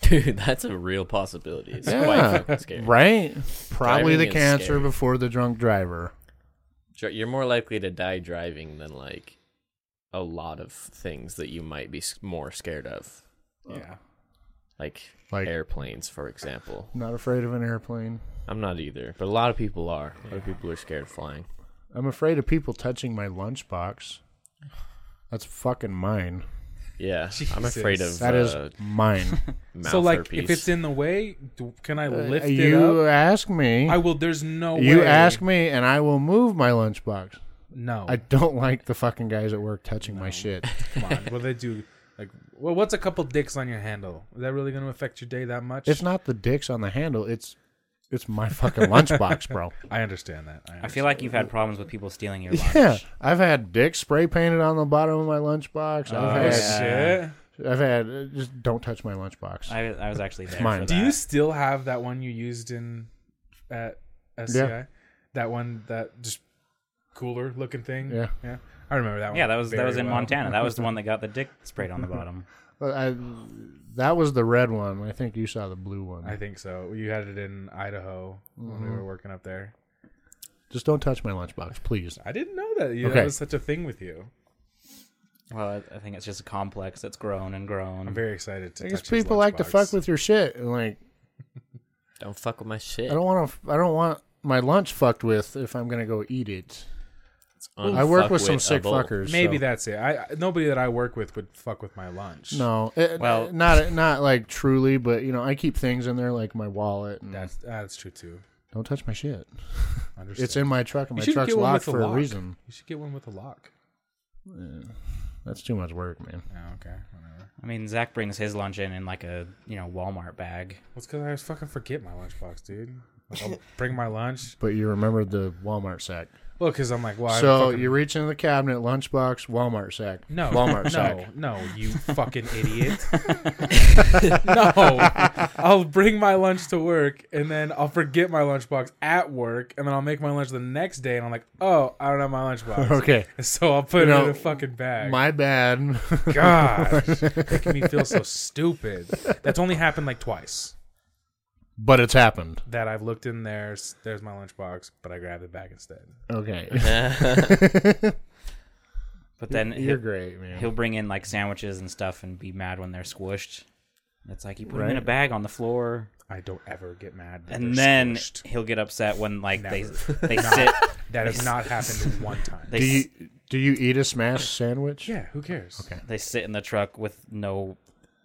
Speaker 4: Dude, that's a real possibility. It's
Speaker 2: Yeah.
Speaker 4: quite fucking scary.
Speaker 2: Right? Probably
Speaker 4: Driving
Speaker 2: the
Speaker 4: is
Speaker 2: cancer
Speaker 4: scary.
Speaker 2: before the drunk driver.
Speaker 4: Dri- You're more likely to die driving than like a lot of things that you might be s- more scared of,
Speaker 1: yeah.
Speaker 4: like,
Speaker 2: Like-
Speaker 4: airplanes, for example.
Speaker 2: Not afraid of an airplane.
Speaker 4: I'm not either, but a lot of people are. A lot of people are scared of flying.
Speaker 2: I'm afraid of people touching my lunchbox. That's fucking mine.
Speaker 4: Yeah, I'm afraid of
Speaker 1: Jesus.
Speaker 2: That is
Speaker 4: uh,
Speaker 2: mine.
Speaker 4: mouth
Speaker 1: so like,
Speaker 4: herpes.
Speaker 1: if it's in the way, do, can I lift
Speaker 2: Uh,
Speaker 1: it
Speaker 2: you
Speaker 1: up?
Speaker 2: ask me.
Speaker 1: I will. There's no way.
Speaker 2: you ask me, and I will move my lunchbox.
Speaker 1: No.
Speaker 2: I don't like the fucking guys at work touching my shit.
Speaker 1: Come on. What do they do? Like, well, what's a couple dicks on your handle? Is that really gonna affect your day that much?
Speaker 2: It's not the dicks on the handle. It's it's my fucking lunchbox, bro.
Speaker 1: I understand that.
Speaker 3: I feel like you've had problems with people stealing your lunch.
Speaker 2: Yeah, I've had dicks spray painted on the bottom of my lunchbox. I've
Speaker 1: Oh,
Speaker 2: had,
Speaker 1: shit.
Speaker 2: I've had uh, just don't touch my lunchbox.
Speaker 3: I, I was actually there.
Speaker 2: Mine.
Speaker 3: For
Speaker 1: Do you
Speaker 3: that.
Speaker 1: still have that one you used in at SCI?
Speaker 2: Yeah.
Speaker 1: That one that just cooler looking thing.
Speaker 2: Yeah.
Speaker 1: yeah. I remember that one.
Speaker 3: Yeah, that was that
Speaker 1: very
Speaker 3: was in
Speaker 1: well.
Speaker 3: Montana. That was the one that got the dick sprayed on the bottom.
Speaker 2: But I, that was the red one. I think you saw the blue one.
Speaker 1: I think so. You had it in Idaho when we were working up there.
Speaker 2: just don't touch my lunchbox, please.
Speaker 1: I didn't know that. You,
Speaker 2: Okay.
Speaker 1: That was such a thing with you.
Speaker 3: Well, I- I think it's just a complex that's grown and grown.
Speaker 1: I'm very excited to.
Speaker 2: I
Speaker 1: touch
Speaker 2: guess
Speaker 1: his
Speaker 2: people like to
Speaker 1: lunchbox.
Speaker 2: fuck with your shit, and like
Speaker 4: don't fuck with my shit.
Speaker 2: I don't want to. I don't want my lunch fucked with if I'm gonna go eat it. I work
Speaker 4: Unfuck
Speaker 2: with some
Speaker 4: a
Speaker 2: sick
Speaker 4: bull.
Speaker 2: fuckers.
Speaker 1: Maybe
Speaker 2: so-
Speaker 1: that's it. I I- nobody that I work with would fuck with my lunch.
Speaker 2: No, it,
Speaker 3: Well-
Speaker 2: well, not not like truly, but you know, I keep things in there like my wallet. And
Speaker 1: that's ah, that's true too.
Speaker 2: don't touch my shit.
Speaker 1: Understand.
Speaker 2: It's in my truck, and
Speaker 1: You
Speaker 2: my
Speaker 1: should
Speaker 2: truck's
Speaker 1: get one
Speaker 2: locked
Speaker 1: with
Speaker 2: for
Speaker 1: a
Speaker 2: a
Speaker 1: lock.
Speaker 2: reason.
Speaker 1: You should get one with a lock.
Speaker 2: That's too much work, man.
Speaker 1: Oh, okay. Whatever.
Speaker 3: I mean, Zach brings his lunch in in like a you know Walmart bag.
Speaker 1: Well, it's because I always fucking forget my lunchbox, dude. Like, I'll bring my lunch.
Speaker 2: But you remember the Walmart sack.
Speaker 1: Well, because I'm like, why?
Speaker 2: so you reach into the cabinet, lunchbox, Walmart sack.
Speaker 1: no,
Speaker 2: Walmart
Speaker 1: no,
Speaker 2: sack.
Speaker 1: no, you fucking idiot. no, I'll bring my lunch to work, and then I'll forget my lunchbox at work, and then I'll make my lunch the next day, and I'm like, oh, I don't have my lunchbox.
Speaker 2: Okay.
Speaker 1: So I'll put
Speaker 2: You
Speaker 1: it
Speaker 2: know,
Speaker 1: in the fucking bag.
Speaker 2: My bad.
Speaker 1: gosh, making me feel so stupid. That's only happened like twice
Speaker 2: but it's happened.
Speaker 1: that I've looked in there's there's my lunchbox, but I grabbed it back instead.
Speaker 2: Okay.
Speaker 3: But then
Speaker 2: You're
Speaker 3: he'll,
Speaker 2: great, man.
Speaker 3: he'll bring in like sandwiches and stuff and be mad when they're squished. It's like you put them in a
Speaker 2: Right.
Speaker 3: bag on the floor,
Speaker 1: I don't ever get mad. that
Speaker 3: and
Speaker 1: they're
Speaker 3: then
Speaker 1: squished.
Speaker 3: he'll get upset when like
Speaker 1: Never.
Speaker 3: they they sit.
Speaker 1: that has not happened one time.
Speaker 3: They
Speaker 2: do you
Speaker 3: s-
Speaker 2: do you eat a smash sandwich?
Speaker 1: yeah, who cares?
Speaker 2: Okay.
Speaker 3: they sit in the truck with no,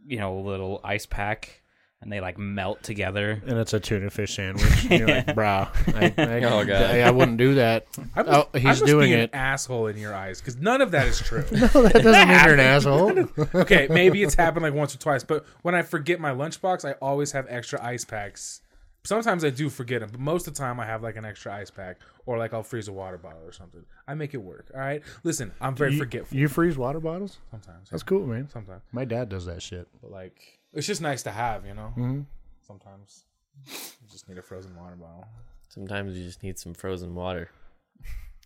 Speaker 3: you know, little ice pack, and they like melt together.
Speaker 2: And it's a tuna fish sandwich. And you're like, brah. I, I,
Speaker 4: Oh, God.
Speaker 2: I, I wouldn't do that.
Speaker 1: I must,
Speaker 2: oh,
Speaker 1: I
Speaker 2: he's
Speaker 1: must
Speaker 2: doing
Speaker 1: be an
Speaker 2: it.
Speaker 1: asshole in your eyes because none of that is true.
Speaker 2: that doesn't mean you're an asshole.
Speaker 1: okay, maybe it's happened like once or twice, but when I forget my lunchbox, I always have extra ice packs. Sometimes I do forget them, but most of the time I have like an extra ice pack or like I'll freeze a water bottle or something. I make it work. All right. Listen, I'm very
Speaker 2: You-
Speaker 1: forgetful
Speaker 2: You freeze water bottles?
Speaker 1: sometimes.
Speaker 2: That's cool, man.
Speaker 1: Sometimes,
Speaker 2: My dad does that shit.
Speaker 1: but like it's just nice to have, you know.
Speaker 2: Mm-hmm.
Speaker 1: Sometimes you just need a frozen water bottle.
Speaker 4: Sometimes you just need some frozen water.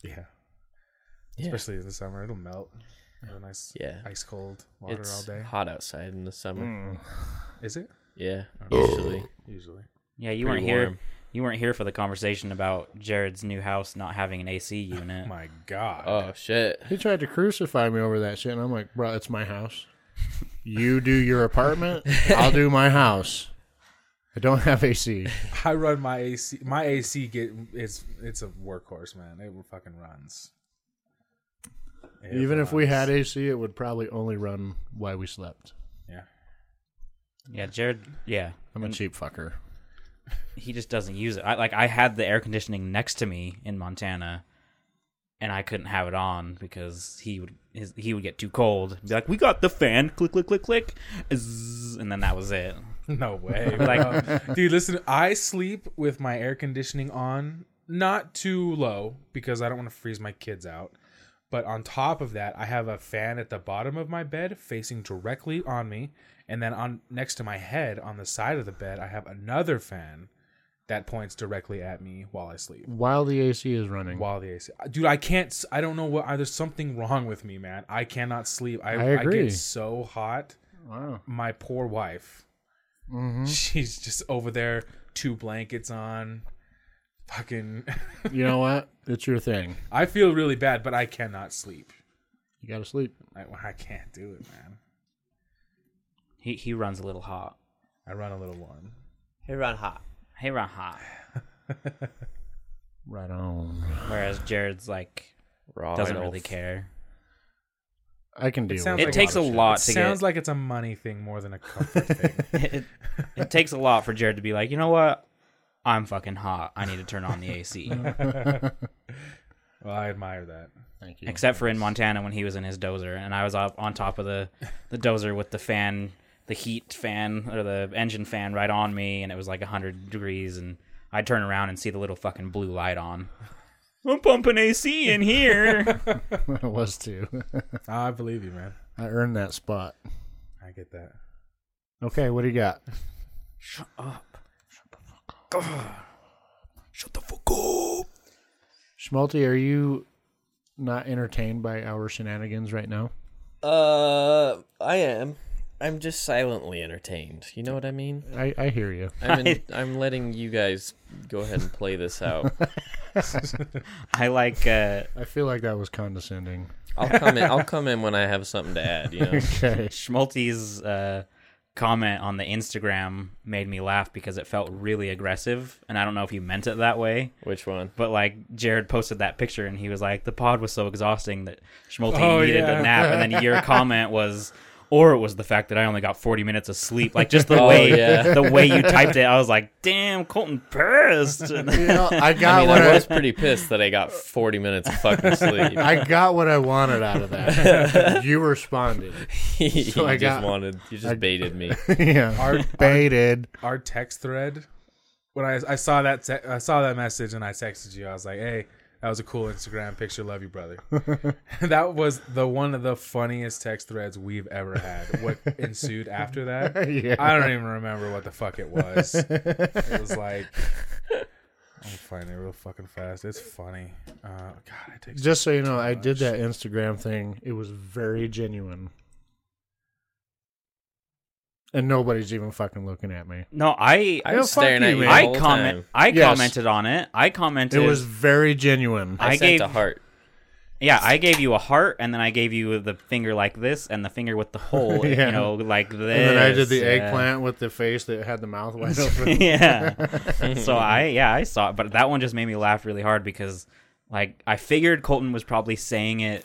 Speaker 1: Yeah.
Speaker 4: Yeah.
Speaker 1: Especially in the summer, it'll melt. Have a nice,
Speaker 4: Yeah.
Speaker 1: ice cold water all
Speaker 4: It's
Speaker 1: day.
Speaker 4: hot outside in the summer.
Speaker 2: Mm.
Speaker 1: Is it
Speaker 4: Yeah,
Speaker 2: Oh.
Speaker 4: usually
Speaker 1: usually?
Speaker 3: Yeah, you
Speaker 4: Pretty
Speaker 3: weren't here.
Speaker 4: warm.
Speaker 3: You weren't here for the conversation about Jared's new house not having an AC unit.
Speaker 1: My God.
Speaker 4: Oh shit!
Speaker 2: He tried to crucify me over that shit, and I'm like, bro, it's my house. You do your apartment, I'll do my house. I don't have AC.
Speaker 1: I run my AC. My AC get it's it's a workhorse, man. It fucking runs. It
Speaker 2: Even if we
Speaker 1: runs.
Speaker 2: had AC, it would probably only run while we slept.
Speaker 1: yeah,
Speaker 3: Yeah, Jared. Yeah,
Speaker 2: I'm a cheap fucker.
Speaker 3: he just doesn't use it. I like I had the air conditioning next to me in Montana, and I couldn't have it on because he would his, he would get too cold. Be like, "We got the fan, click click click click," Zzz, and then that was it.
Speaker 1: no way,
Speaker 3: Like-
Speaker 1: bro. dude. Listen, I sleep with my air conditioning on, not too low because I don't want to freeze my kids out. But on top of that, I have a fan at the bottom of my bed facing directly on me, and then on next to my head on the side of the bed, I have another fan that points directly at me while I sleep.
Speaker 2: While the AC is running,
Speaker 1: while the AC. Dude, I can't. s- I don't know what. I, there's something wrong with me, man. I cannot sleep. I,
Speaker 2: I
Speaker 1: I,
Speaker 2: agree.
Speaker 1: get so hot.
Speaker 2: wow.
Speaker 1: My poor wife. She's just over there, two blankets on. Fucking.
Speaker 2: You know what? It's your thing.
Speaker 1: I feel really bad, but I cannot sleep.
Speaker 2: You gotta sleep.
Speaker 1: I, I can't do it, man.
Speaker 3: He he runs a little hot.
Speaker 1: I run a little warm.
Speaker 4: Hey, run hot.
Speaker 3: Hey, run hot.
Speaker 2: Right on.
Speaker 3: Whereas Jared's like
Speaker 4: Raw
Speaker 3: doesn't
Speaker 4: and
Speaker 3: really
Speaker 4: off.
Speaker 3: care.
Speaker 2: I can deal.
Speaker 1: sounds
Speaker 2: with
Speaker 3: It
Speaker 1: like
Speaker 3: takes a
Speaker 1: lot of
Speaker 3: lot
Speaker 1: It
Speaker 3: to
Speaker 1: sounds
Speaker 3: get.
Speaker 1: like it's a money thing more than a comfort thing.
Speaker 3: it, it takes a lot for Jared to be like, you know what? I'm fucking hot. I need to turn on the AC.
Speaker 1: Well, I admire that.
Speaker 2: Thank you.
Speaker 3: Except for in Montana when he was in his dozer and I was up on top of the, the dozer with the fan, the heat fan or the engine fan right on me and it was like 100 degrees and I'd turn around and see the little fucking blue light on. I'm pumping AC in here.
Speaker 2: I was too.
Speaker 1: I believe you, man.
Speaker 2: I earned that spot.
Speaker 1: I get that.
Speaker 2: Okay, what do you got?
Speaker 3: Shut the fuck up.
Speaker 2: Schmalti, are you not entertained by our shenanigans right now?
Speaker 4: Uh, I am. I'm just silently entertained. You know what I mean?
Speaker 2: I, I hear you.
Speaker 4: I'm in, I'm letting you guys go ahead and play this out.
Speaker 3: I like uh
Speaker 2: I feel like that was condescending.
Speaker 4: I'll come in. I'll come in when I have something to add. You know.
Speaker 2: Okay.
Speaker 3: Schmalti's uh, comment on the Instagram made me laugh because it felt really aggressive, and I don't know if he meant it that way.
Speaker 4: Which one?
Speaker 3: But like Jared posted that picture, and he was like, "The pod was so exhausting that Schmalti
Speaker 1: Oh,
Speaker 3: needed
Speaker 1: yeah.
Speaker 3: a nap." And then your comment was. Or it was the fact that I only got 40 minutes of sleep. Like just the
Speaker 4: Oh,
Speaker 3: way
Speaker 4: yeah.
Speaker 3: the way you typed it, I was like, "Damn, Colton pissed." And
Speaker 2: You know, I got
Speaker 4: I mean,
Speaker 2: what
Speaker 4: I was
Speaker 2: I,
Speaker 4: pretty pissed that I got 40 minutes of fucking sleep.
Speaker 2: I got what I wanted out of that. you responded.
Speaker 4: you
Speaker 2: I
Speaker 4: just
Speaker 2: got-
Speaker 4: wanted. You just baited me.
Speaker 2: yeah.
Speaker 1: Our-
Speaker 2: baited.
Speaker 1: our text thread when I, I saw that te- I saw that message and I texted you. I was like, "Hey, That was a cool Instagram picture. Love you, brother. that was the one of the funniest text threads we've ever had. What ensued after that?
Speaker 2: Yeah.
Speaker 1: I don't even remember what the fuck it was. it was like I'm finding it real fucking fast. It's funny. Uh, God, I take
Speaker 2: Just so you know,
Speaker 3: Oh,
Speaker 2: I did that Instagram thing. It was very genuine. And nobody's even fucking looking at me.
Speaker 3: No, I
Speaker 4: I
Speaker 2: Yo,
Speaker 4: was
Speaker 2: fuck
Speaker 4: staring
Speaker 2: you,
Speaker 4: at you.
Speaker 2: man.
Speaker 4: the
Speaker 3: I
Speaker 4: whole
Speaker 3: comment
Speaker 4: time.
Speaker 3: I
Speaker 2: Yes.
Speaker 3: commented on it. I
Speaker 2: It
Speaker 3: commented
Speaker 2: was very genuine.
Speaker 4: I,
Speaker 3: I
Speaker 4: sent
Speaker 3: gave-
Speaker 4: a heart.
Speaker 3: Yeah, I gave you a heart and then I gave you the finger like this and the finger with the hole,
Speaker 2: Yeah.
Speaker 3: you know, like this.
Speaker 2: and then I did the
Speaker 3: yeah.
Speaker 2: eggplant with the face that had the mouth wide open.
Speaker 3: yeah. so I yeah, I saw it, but that one just made me laugh really hard because like I figured Colton was probably saying it,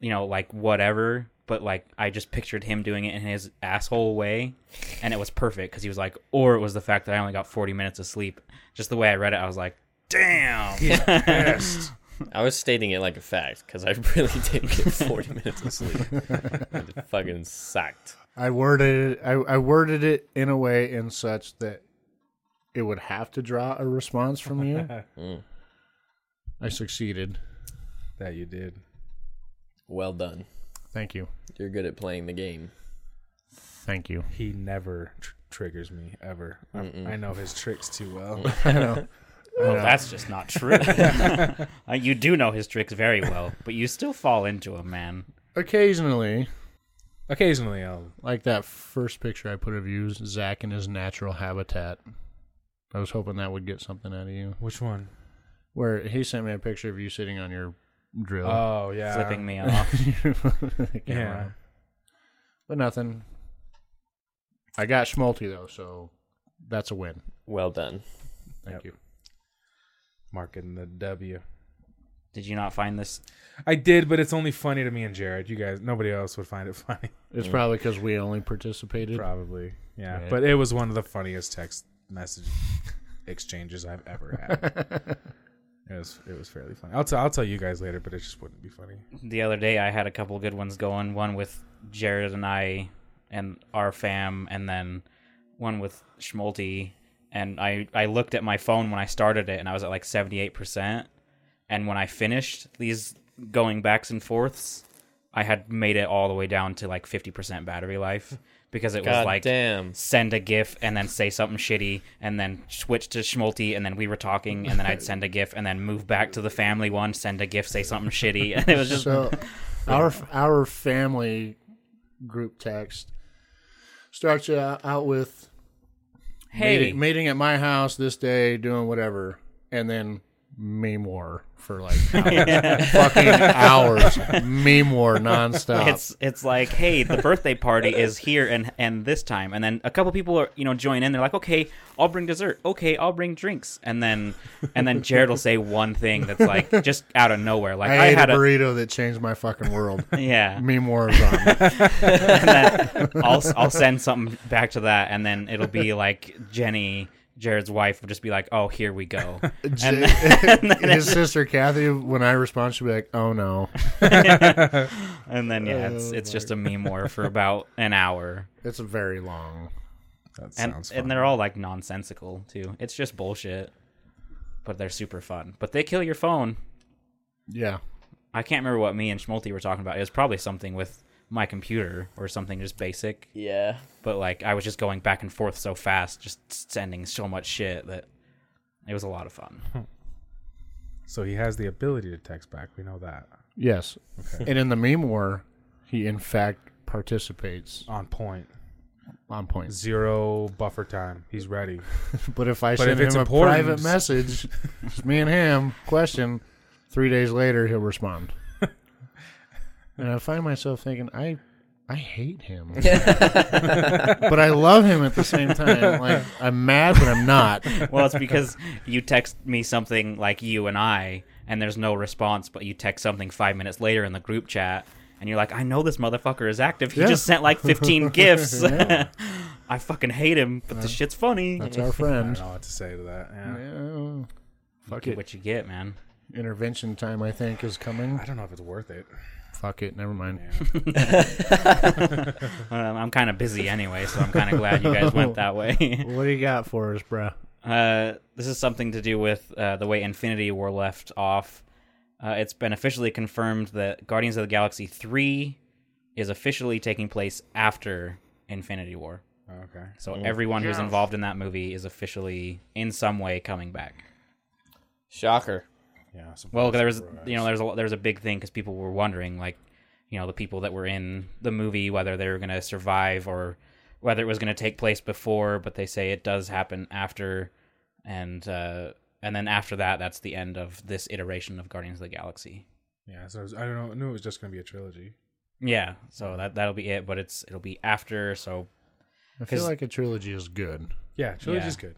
Speaker 3: you know, like whatever, but like I just pictured him doing it in his asshole way and it was perfect cuz he was like or it was the fact that I only got 40 minutes of sleep. Just the way I read it, I was like, "Damn."
Speaker 4: I was stating it like a fact because I really did get 40 minutes of sleep. It fucking sucked.
Speaker 2: I worded it, I, I worded it in a way in such that it would have to draw a response from you.
Speaker 3: Hmm.
Speaker 2: I succeeded.
Speaker 1: that you did.
Speaker 4: Well done.
Speaker 2: Thank you.
Speaker 4: You're good at playing the game.
Speaker 2: Thank you.
Speaker 1: He never tr- triggers me ever. I- I know his tricks too well.
Speaker 2: I know.
Speaker 3: Well, that's just not true. Uh, you do know his tricks very well, but you still fall into him, man.
Speaker 2: Occasionally,
Speaker 1: Occasionally, I'll.
Speaker 2: like that first picture I put of you, Zach in his natural habitat. I was hoping that would get something out of you.
Speaker 1: Which one?
Speaker 2: Where he sent me a picture of you sitting on your drill.
Speaker 1: Oh yeah,
Speaker 3: Flipping me off.
Speaker 2: The camera.
Speaker 1: Yeah.
Speaker 2: But nothing. I got Schmalti though, so that's a win.
Speaker 4: Well done.
Speaker 2: Thank you.
Speaker 1: marking the W.
Speaker 3: Did you not find this?
Speaker 1: I did, but it's only funny to me and Jared. You guys, nobody else would find it funny.
Speaker 2: It's probably because we only participated.
Speaker 1: Probably, yeah.
Speaker 2: Right.
Speaker 1: But it was one of the funniest text message exchanges I've ever had. it was it was fairly funny. I'll tell I'll tell you guys later, but it just wouldn't be funny.
Speaker 3: The other day, I had a couple good ones going. One with Jared and I and our fam, and then one with Schmalti. And I, I looked at my phone when I started it, and I was at like 78%. And when I finished these going backs and forths, I had made it all the way down to like 50% battery life because it was
Speaker 4: God
Speaker 3: like
Speaker 4: damn.
Speaker 3: send a gif and then say something shitty and then switch to schmalti and then we were talking and then i'd send a gif and then move back to the family one send a gif say something shitty and it was just
Speaker 2: So our our family group text starts you out, out with
Speaker 3: hey
Speaker 2: meeting, meeting at my house this day, doing whatever, and then meme war for like hours. fucking hours. Meme war nonstop.
Speaker 3: it's it's like hey the birthday party is here and and this time and then a couple people are you know join in they're like okay i'll bring dessert okay i'll bring drinks and then and then jared will say one thing that's like just out of nowhere like
Speaker 2: I,
Speaker 3: i,
Speaker 2: ate
Speaker 3: had
Speaker 2: a
Speaker 3: a
Speaker 2: burrito that changed my fucking world.
Speaker 3: yeah
Speaker 2: meme war is on.
Speaker 3: I'll I'll send something back to that, and then it'll be like Jenny, Jared's wife, will just be like, "Oh, here we go." And
Speaker 2: his sister Kathy, when I respond, she'll be like, "Oh no,
Speaker 3: and then yeah, it's it's just a meme war for about an hour,
Speaker 2: it's very long."
Speaker 1: That
Speaker 3: and
Speaker 1: sounds fun.
Speaker 3: and they're all like nonsensical too. It's just bullshit, but they're super fun. But they kill your phone.
Speaker 2: Yeah,
Speaker 3: I can't remember what me and Schmalti were talking about. It was probably something with my computer or something just basic.
Speaker 4: Yeah.
Speaker 3: But like I was just going back and forth so fast, just sending so much shit that it was a lot of fun.
Speaker 1: so he has the ability to text back. We know that
Speaker 2: yes. And in the meme war, he in fact participates
Speaker 1: on point
Speaker 2: on points.
Speaker 1: zero buffer time. He's ready.
Speaker 2: But if I
Speaker 1: But
Speaker 2: send
Speaker 1: if it's
Speaker 2: him a
Speaker 1: important-
Speaker 2: private message, it's me and him. Question. Three days later, he'll respond. and I find myself thinking, I, I hate him, but I love him at the same time. Like I'm mad, but I'm not.
Speaker 3: Well, it's because you text me something like you and I, and there's no response, but you text something five minutes later in the group chat, and you're like, I know this motherfucker is active. He
Speaker 2: Yeah.
Speaker 3: just sent like 15 gifts. I fucking hate him, but the shit's funny.
Speaker 2: That's our
Speaker 1: I don't
Speaker 2: friend.
Speaker 1: know what to say to that. Yeah.
Speaker 2: Yeah. Fuck
Speaker 3: Get
Speaker 2: it.
Speaker 3: what you get, man.
Speaker 2: intervention time I think is coming.
Speaker 1: I don't know if it's worth it.
Speaker 2: Fuck it, never mind.
Speaker 3: Um, I'm kind of busy anyway, so I'm kind of glad you guys went that way.
Speaker 2: What do you got for us, bruh?
Speaker 3: Uh, this is something to do with uh, the way Infinity War left off. Uh, it's been officially confirmed that Guardians of the Galaxy 3 is officially taking place after Infinity War.
Speaker 1: Okay.
Speaker 3: So everyone who's involved in that movie is officially in some way coming back.
Speaker 4: Shocker.
Speaker 1: Yeah. surprise,
Speaker 3: Well, there was
Speaker 1: surprise.
Speaker 3: you know there's a there was a big thing because people were wondering like you know the people that were in the movie whether they were going to survive or whether it was going to take place before, but they say it does happen after, and uh, and then after that that's the end of this iteration of Guardians of the Galaxy.
Speaker 1: Yeah. So it was- I don't know. I knew it was just gonna be a trilogy.
Speaker 3: Yeah, so that that'll be it, but it's it'll be after. So
Speaker 2: I feel
Speaker 3: 'Cause-
Speaker 2: like a trilogy is good.
Speaker 1: Yeah, trilogy's
Speaker 3: Yeah.
Speaker 1: good.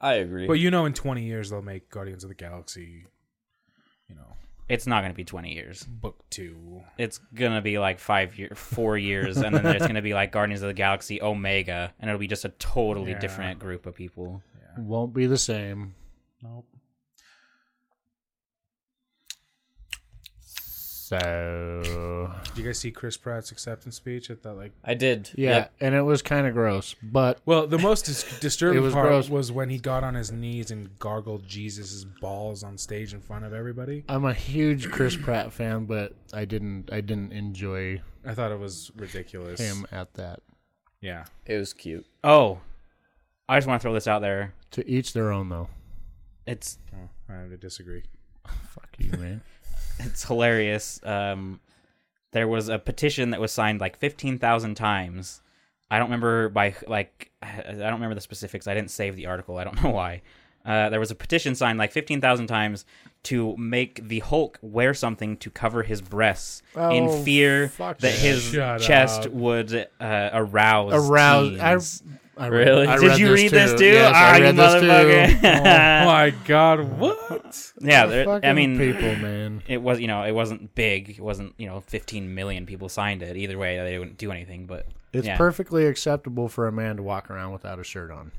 Speaker 4: I agree.
Speaker 1: But you know, in twenty years they'll make Guardians of the Galaxy. You know,
Speaker 3: it's not going to be twenty years.
Speaker 1: book two.
Speaker 3: It's gonna be like five year, four years, and then there's gonna be like Guardians of the Galaxy Omega, and it'll be just a totally
Speaker 1: Yeah.
Speaker 3: different group of people.
Speaker 2: Won't be the same.
Speaker 1: Nope.
Speaker 2: So
Speaker 1: Did you guys see Chris Pratt's acceptance speech at that? Like,
Speaker 4: I did.
Speaker 2: yeah, and it was kind of gross, but
Speaker 1: well, the most dis- disturbing
Speaker 2: It was
Speaker 1: part
Speaker 2: gross.
Speaker 1: was when he got on his knees and gargled Jesus' balls on stage in front of everybody.
Speaker 2: I'm a huge Chris Pratt fan, but I didn't I didn't enjoy
Speaker 1: I thought it was ridiculous.
Speaker 2: him at that.
Speaker 1: Yeah.
Speaker 4: It was cute.
Speaker 3: Oh, I just want to throw this out there.
Speaker 2: To each their own, though.
Speaker 3: It's
Speaker 1: Oh, I have to disagree.
Speaker 2: Fuck you, man.
Speaker 3: it's hilarious. Um, there was a petition that was signed like fifteen thousand times. I don't remember by like I I don't remember the specifics. I didn't save the article. I don't know why. Uh, there was a petition signed like fifteen thousand times to make the Hulk wear something to cover his breasts
Speaker 2: Oh,
Speaker 3: in fear
Speaker 2: fuck
Speaker 3: that
Speaker 2: that.
Speaker 3: his
Speaker 1: Shut
Speaker 3: chest
Speaker 1: up.
Speaker 3: would uh, arouse.
Speaker 2: Aroused. I,
Speaker 3: teens.
Speaker 2: I
Speaker 4: Really?
Speaker 2: I
Speaker 4: Did
Speaker 3: Did you read this too?
Speaker 2: Yes,
Speaker 3: ah,
Speaker 2: I
Speaker 3: you
Speaker 2: read this too.
Speaker 3: motherfucker!
Speaker 1: oh my God! What?
Speaker 3: yeah, there, I
Speaker 2: Fucking
Speaker 3: mean,
Speaker 2: people, man.
Speaker 3: it was you know it wasn't big it wasn't you know 15 million people signed it either way they wouldn't do anything but
Speaker 2: It's
Speaker 3: yeah.
Speaker 2: perfectly acceptable for a man to walk around without a shirt on.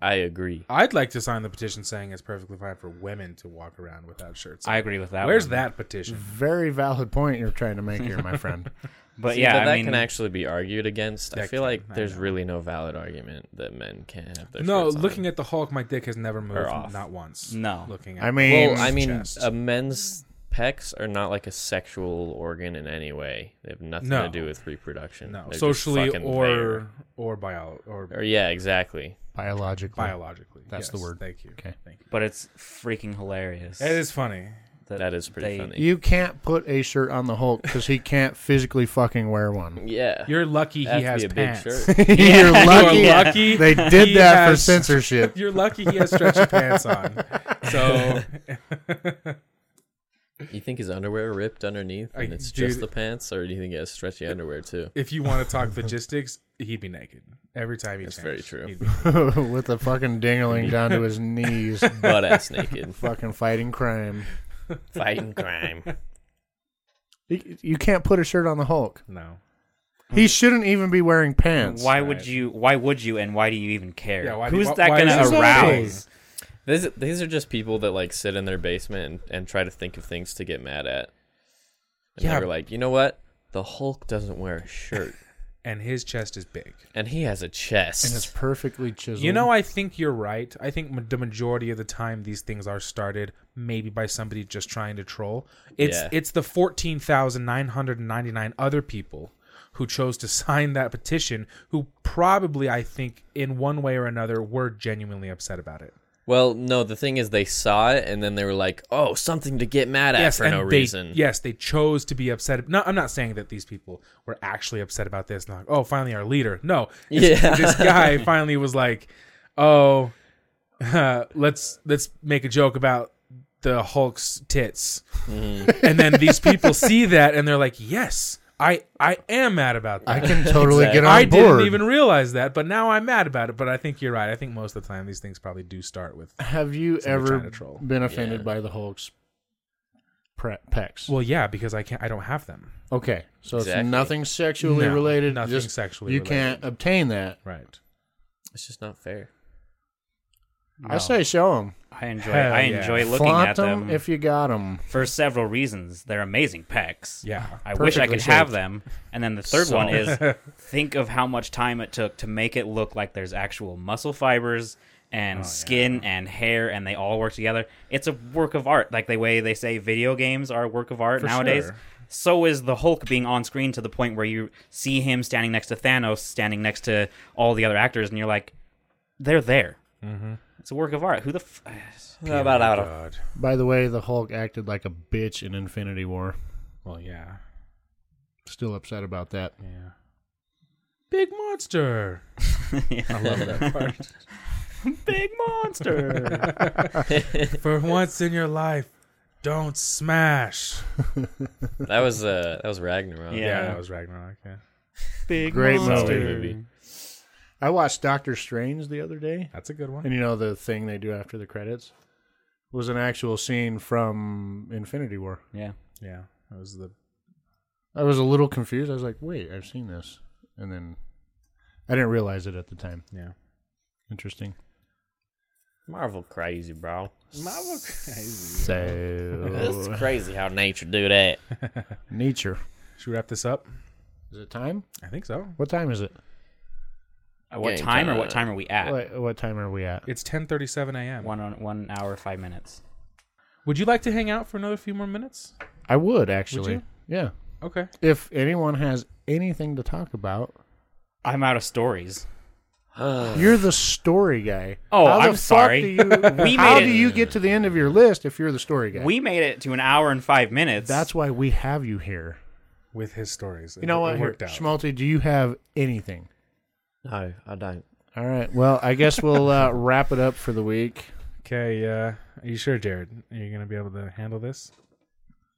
Speaker 4: I agree.
Speaker 1: I'd like to sign the petition saying it's perfectly fine for women to walk around without shirts.
Speaker 3: i agree with that
Speaker 1: Where's
Speaker 3: one.
Speaker 1: that petition?
Speaker 2: Very valid point you're trying to make here, my friend.
Speaker 3: but
Speaker 4: See,
Speaker 3: yeah
Speaker 4: but that
Speaker 3: i mean
Speaker 4: can actually be argued against. I
Speaker 1: That
Speaker 4: feel
Speaker 1: can,
Speaker 4: like
Speaker 1: I
Speaker 4: there's
Speaker 1: know.
Speaker 4: really no valid argument that men can't have their
Speaker 1: No,
Speaker 4: shirts on.
Speaker 1: looking at the Hulk, my dick has never moved,
Speaker 4: off.
Speaker 1: not once.
Speaker 3: No.
Speaker 1: looking at.
Speaker 2: I mean,
Speaker 4: Well, I mean,
Speaker 1: chest.
Speaker 4: a men's pecs are not like a sexual organ in any way. They have nothing
Speaker 1: No.
Speaker 4: to do with reproduction.
Speaker 1: no,
Speaker 4: Oh, They're just
Speaker 1: socially
Speaker 4: fucking
Speaker 1: or
Speaker 4: there.
Speaker 1: or bio or
Speaker 4: or yeah, exactly.
Speaker 2: biologically.
Speaker 1: biologically.
Speaker 2: That's
Speaker 1: Yes,
Speaker 2: the word.
Speaker 1: Thank you.
Speaker 2: Okay.
Speaker 1: Thank you.
Speaker 3: but it's freaking hilarious
Speaker 1: It is funny.
Speaker 4: That is pretty
Speaker 3: they-
Speaker 4: funny.
Speaker 2: You can't put a shirt on the Hulk because he can't physically fucking wear one.
Speaker 4: yeah,
Speaker 1: You're lucky he
Speaker 4: That'd
Speaker 1: has
Speaker 4: be a
Speaker 1: pants.
Speaker 4: big shirt.
Speaker 2: You're lucky.
Speaker 1: You're lucky.
Speaker 2: They did
Speaker 1: he
Speaker 2: that for
Speaker 1: has-
Speaker 2: censorship.
Speaker 1: You're lucky he has stretchy pants on. So
Speaker 4: You think his underwear ripped underneath
Speaker 1: I-
Speaker 4: and it's
Speaker 1: dude-
Speaker 4: just the pants, or do you think he has stretchy underwear too?
Speaker 1: if you want to talk logistics, he'd be naked every time he.
Speaker 4: That's
Speaker 1: changed,
Speaker 4: very true.
Speaker 1: he'd be-
Speaker 2: With the fucking dingling down to his knees.
Speaker 4: Butt ass naked,
Speaker 2: Fucking fighting crime.
Speaker 4: fighting crime.
Speaker 2: You you can't put a shirt on the Hulk.
Speaker 1: no.
Speaker 2: He shouldn't even be wearing pants.
Speaker 3: why would you why would you and why do you even care
Speaker 1: Yeah, why do-
Speaker 3: who's
Speaker 1: why-
Speaker 3: that
Speaker 1: why
Speaker 3: gonna
Speaker 1: is this
Speaker 3: arouse
Speaker 4: These these are just people that like sit in their basement and, and try to think of things to get mad at. And
Speaker 1: Yeah.
Speaker 4: they're like, you know what? The Hulk doesn't wear a shirt,
Speaker 1: And his chest is big.
Speaker 4: and he has a chest.
Speaker 2: And it's perfectly chiseled.
Speaker 1: You know, I think you're right. I think ma- the majority of the time these things are started maybe by somebody just trying to troll. It's
Speaker 4: Yeah.
Speaker 1: it's the fourteen thousand nine hundred and ninety nine other people who chose to sign that petition who probably I think in one way or another were genuinely upset about it.
Speaker 4: Well, no, the thing is, they saw it and then they were like, "Oh, something to get mad at for no
Speaker 1: they,
Speaker 4: reason."
Speaker 1: Yes, they chose to be upset. No, I'm not saying that these people were actually upset about this. Not, oh, finally our leader. No, It's-
Speaker 4: Yeah.
Speaker 1: this guy finally was like, oh, let's let's make a joke about the Hulk's tits, and then these people see that and they're like, yes, I I am mad about that.
Speaker 2: I can totally get on
Speaker 1: I
Speaker 2: board.
Speaker 1: didn't even realize that, but now I'm mad about it. But I think you're right. I think most of the time these things probably do start with.
Speaker 2: Have you
Speaker 1: Somebody
Speaker 2: ever
Speaker 1: trying to troll.
Speaker 2: been offended by the Hulk's pre- pecs?
Speaker 1: Well, yeah, because I can't. I don't have them.
Speaker 2: okay, so it's
Speaker 4: Exactly.
Speaker 2: nothly sexually
Speaker 1: No,
Speaker 2: related.
Speaker 1: nothing
Speaker 2: just
Speaker 1: sexually
Speaker 2: You
Speaker 1: related.
Speaker 2: can't obtain that.
Speaker 1: Right.
Speaker 4: it's just not fair.
Speaker 2: I say show them.
Speaker 3: i enjoy
Speaker 1: Hell
Speaker 3: i
Speaker 1: yeah.
Speaker 3: enjoy looking
Speaker 2: Flaunt
Speaker 3: at
Speaker 2: them,
Speaker 3: them
Speaker 2: if you got them.
Speaker 3: for several reasons they're amazing pecs
Speaker 1: Yeah.
Speaker 3: I wish I
Speaker 2: Perfectly
Speaker 3: could have
Speaker 2: shaped.
Speaker 3: them. And then the third one is think of how much time it took to make it look like there's actual muscle fibers and skin and hair, and they all work together. It's a work of art. Like the way they say video games are a work of art
Speaker 1: For
Speaker 3: nowadays.
Speaker 1: sure.
Speaker 3: So is the Hulk being on screen to the point where you see him standing next to Thanos, standing next to all the other actors, and you're like, they're there. It's a work of art. Who the f-
Speaker 1: Oh
Speaker 3: how
Speaker 1: my
Speaker 3: about out of
Speaker 1: God.
Speaker 2: By the way, the Hulk acted like a bitch in Infinity War.
Speaker 1: Well, yeah,
Speaker 2: Still upset about that.
Speaker 1: yeah. Big monster. I love that part.
Speaker 3: big monster?
Speaker 1: For once in your life, don't smash.
Speaker 4: That was uh, that was Ragnarok.
Speaker 3: Yeah.
Speaker 1: Yeah, that was Ragnarok. Yeah,
Speaker 3: big
Speaker 2: Great
Speaker 4: Great
Speaker 3: monster.
Speaker 4: movie.
Speaker 2: I watched Doctor Strange the other day,
Speaker 1: that's a good one.
Speaker 2: and you know the thing they do after the credits was an actual scene from Infinity War.
Speaker 3: Yeah.
Speaker 1: Yeah, that was the
Speaker 2: I was a little confused. I was like, "Wait, I've seen this," and then I didn't realize it at the time.
Speaker 1: yeah.
Speaker 2: Interesting.
Speaker 4: Marvel crazy, bro.
Speaker 1: Marvel crazy.
Speaker 4: It's
Speaker 2: So
Speaker 4: crazy how nature do that.
Speaker 2: nature.
Speaker 1: Should we wrap this up?
Speaker 2: Is it time?
Speaker 1: I think so.
Speaker 2: What time is it?
Speaker 3: Uh, What
Speaker 4: Game
Speaker 3: time or
Speaker 4: time.
Speaker 3: what time are we at?
Speaker 2: What, what time are we at?
Speaker 1: It's 10:37 a.m.
Speaker 3: One on one hour five minutes.
Speaker 1: Would you like to hang out for another few more minutes?
Speaker 2: I would actually.
Speaker 1: you?
Speaker 2: Yeah.
Speaker 1: Okay.
Speaker 2: If anyone has anything to talk about,
Speaker 3: I'm out of stories.
Speaker 2: you're the story guy.
Speaker 3: Oh,
Speaker 2: how the
Speaker 3: I'm
Speaker 2: fuck
Speaker 3: sorry.
Speaker 2: Do you,
Speaker 3: We
Speaker 2: how
Speaker 3: made
Speaker 2: do
Speaker 3: it-
Speaker 2: you get to the end of your list if you're the story guy?
Speaker 3: We made it to an hour and five minutes.
Speaker 2: That's why we have you here.
Speaker 1: With his stories,
Speaker 2: You know what?
Speaker 1: It
Speaker 2: Here,
Speaker 1: worked out.
Speaker 2: Schmalti, do you have anything?
Speaker 4: No, I don't.
Speaker 2: All right. Well, I guess we'll uh, wrap it up for the week.
Speaker 1: okay. Uh, are you sure, Jared? Are you gonna be able to handle this?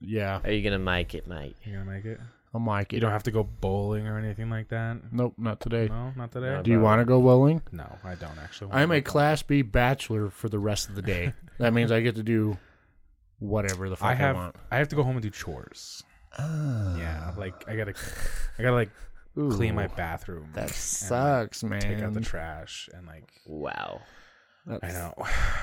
Speaker 2: Yeah,
Speaker 4: Are you gonna make it, mate?
Speaker 1: You gonna make it?
Speaker 2: I'm like
Speaker 1: You
Speaker 2: it.
Speaker 1: don't have to go bowling or anything like that.
Speaker 2: Nope, not today.
Speaker 1: No, not today.
Speaker 4: No.
Speaker 2: Do you want to go bowling?
Speaker 1: No, I don't actually.
Speaker 2: I'm a Class B bachelor for the rest of the day. that means I get to do whatever the fuck
Speaker 1: I
Speaker 2: I,
Speaker 1: have.
Speaker 2: want. Ah.
Speaker 1: I have to go home and do chores. yeah, like I gotta, I gotta like clean my bathroom,
Speaker 2: That sucks, man.
Speaker 1: take out the trash, and like
Speaker 4: Wow.
Speaker 1: I know.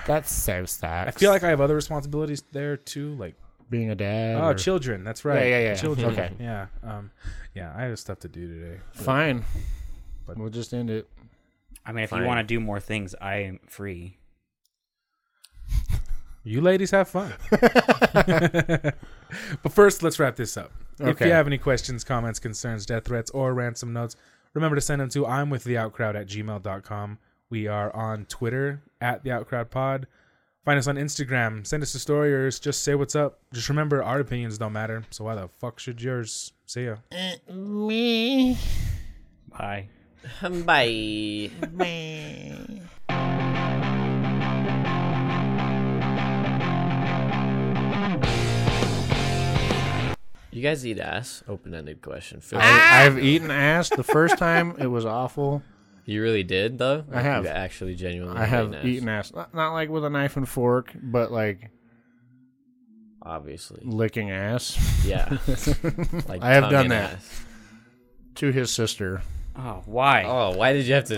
Speaker 2: That's so sucks.
Speaker 1: I feel like I have other responsibilities there too, like
Speaker 2: being a dad.
Speaker 1: oh,
Speaker 2: or-
Speaker 1: children. That's right.
Speaker 2: Yeah, yeah, yeah.
Speaker 1: Children.
Speaker 2: Okay.
Speaker 1: Yeah. Um. Yeah, I have stuff to do today.
Speaker 2: Fine.
Speaker 1: But-
Speaker 2: we'll just end it.
Speaker 3: I mean, if
Speaker 4: Fine.
Speaker 3: you want to do more things, I am free.
Speaker 1: You ladies have fun. but first, let's wrap this up. If
Speaker 2: Okay.
Speaker 1: you have any questions, comments, concerns, death threats, or ransom notes, remember to send them to I'm with the outcrowd at gmail.com. We are on Twitter at the outcrowd pod. Find us on Instagram. Send us a story or just say what's up. Just remember, our opinions don't matter. So why the fuck should yours? See ya.
Speaker 4: Me.
Speaker 3: Bye.
Speaker 4: Bye. You guys eat ass? Open-ended question. Feel
Speaker 2: I, I've eaten ass the first time. It was awful.
Speaker 4: You really did though. Like,
Speaker 2: have.
Speaker 4: You actually genuinely.
Speaker 2: I have
Speaker 4: eaten ass,
Speaker 2: eaten ass. Not, not like with a knife and fork, but like
Speaker 4: Obviously.
Speaker 2: licking ass
Speaker 4: Yeah. like
Speaker 2: I have
Speaker 4: tongue
Speaker 2: done
Speaker 4: in
Speaker 2: that.
Speaker 4: ass.
Speaker 2: to his sister.
Speaker 3: Oh, why?
Speaker 4: Oh, why did you have to?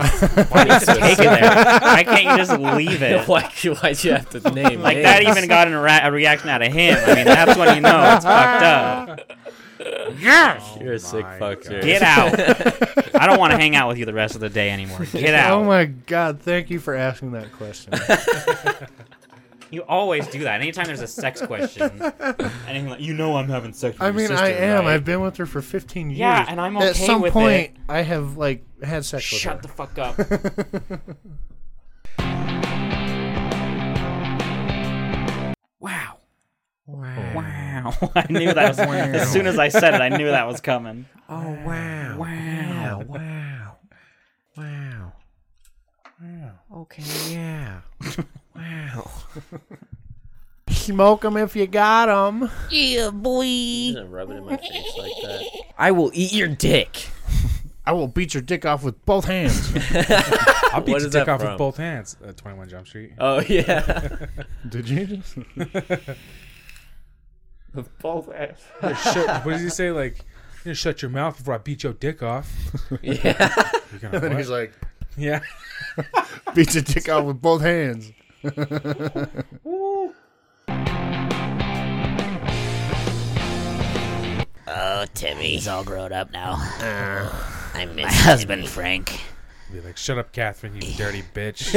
Speaker 4: Why did you
Speaker 3: Take it there. Why can't you just leave it?
Speaker 4: why? Why'd you have to name
Speaker 3: Like that
Speaker 4: names?
Speaker 3: even got an ra- a reaction out of him. I mean, that's when you know it's fucked up.
Speaker 2: Oh
Speaker 4: You're a sick fuck, dude.
Speaker 3: Get out. I don't want to hang out with you the rest of the day anymore. Get out.
Speaker 2: Oh my god! Thank you for asking that question.
Speaker 3: You always do that. Anytime there's a sex question, anything like you know, I'm having sex. With
Speaker 2: I
Speaker 3: your
Speaker 2: mean,
Speaker 3: sister,
Speaker 2: I am.
Speaker 3: right?"
Speaker 2: I've been with her for 15 years.
Speaker 3: Yeah, and I'm
Speaker 2: At
Speaker 3: okay
Speaker 2: some
Speaker 3: with
Speaker 2: point,
Speaker 3: it.
Speaker 2: I have like had sex
Speaker 3: Shut
Speaker 2: with
Speaker 3: the fuck up. wow. Wow. I knew that was as soon as I said it, I knew that was coming. Oh wow. Wow.
Speaker 2: her. Smoke 'em if you got 'em.
Speaker 4: You're gonna rub it in my face like that. I will eat your dick.
Speaker 2: I will beat your dick off with both hands.
Speaker 1: I'll beat your
Speaker 4: What is
Speaker 1: dick
Speaker 4: that
Speaker 1: off
Speaker 4: from?
Speaker 1: with both hands. Uh, 21 Jump Street.
Speaker 4: Oh yeah.
Speaker 2: Did you just?
Speaker 4: Both ass.
Speaker 1: Shut- what does he say? Like, you gonna shut your mouth before I beat your dick off.
Speaker 4: Yeah.
Speaker 1: You're gonna
Speaker 2: And
Speaker 1: what?
Speaker 2: he's like,
Speaker 1: yeah.
Speaker 2: beat your dick off with both hands.
Speaker 5: Oh, Timmy. He's all grown up now. I miss My husband, Frank.
Speaker 1: Be like, shut up, Catherine, you dirty bitch.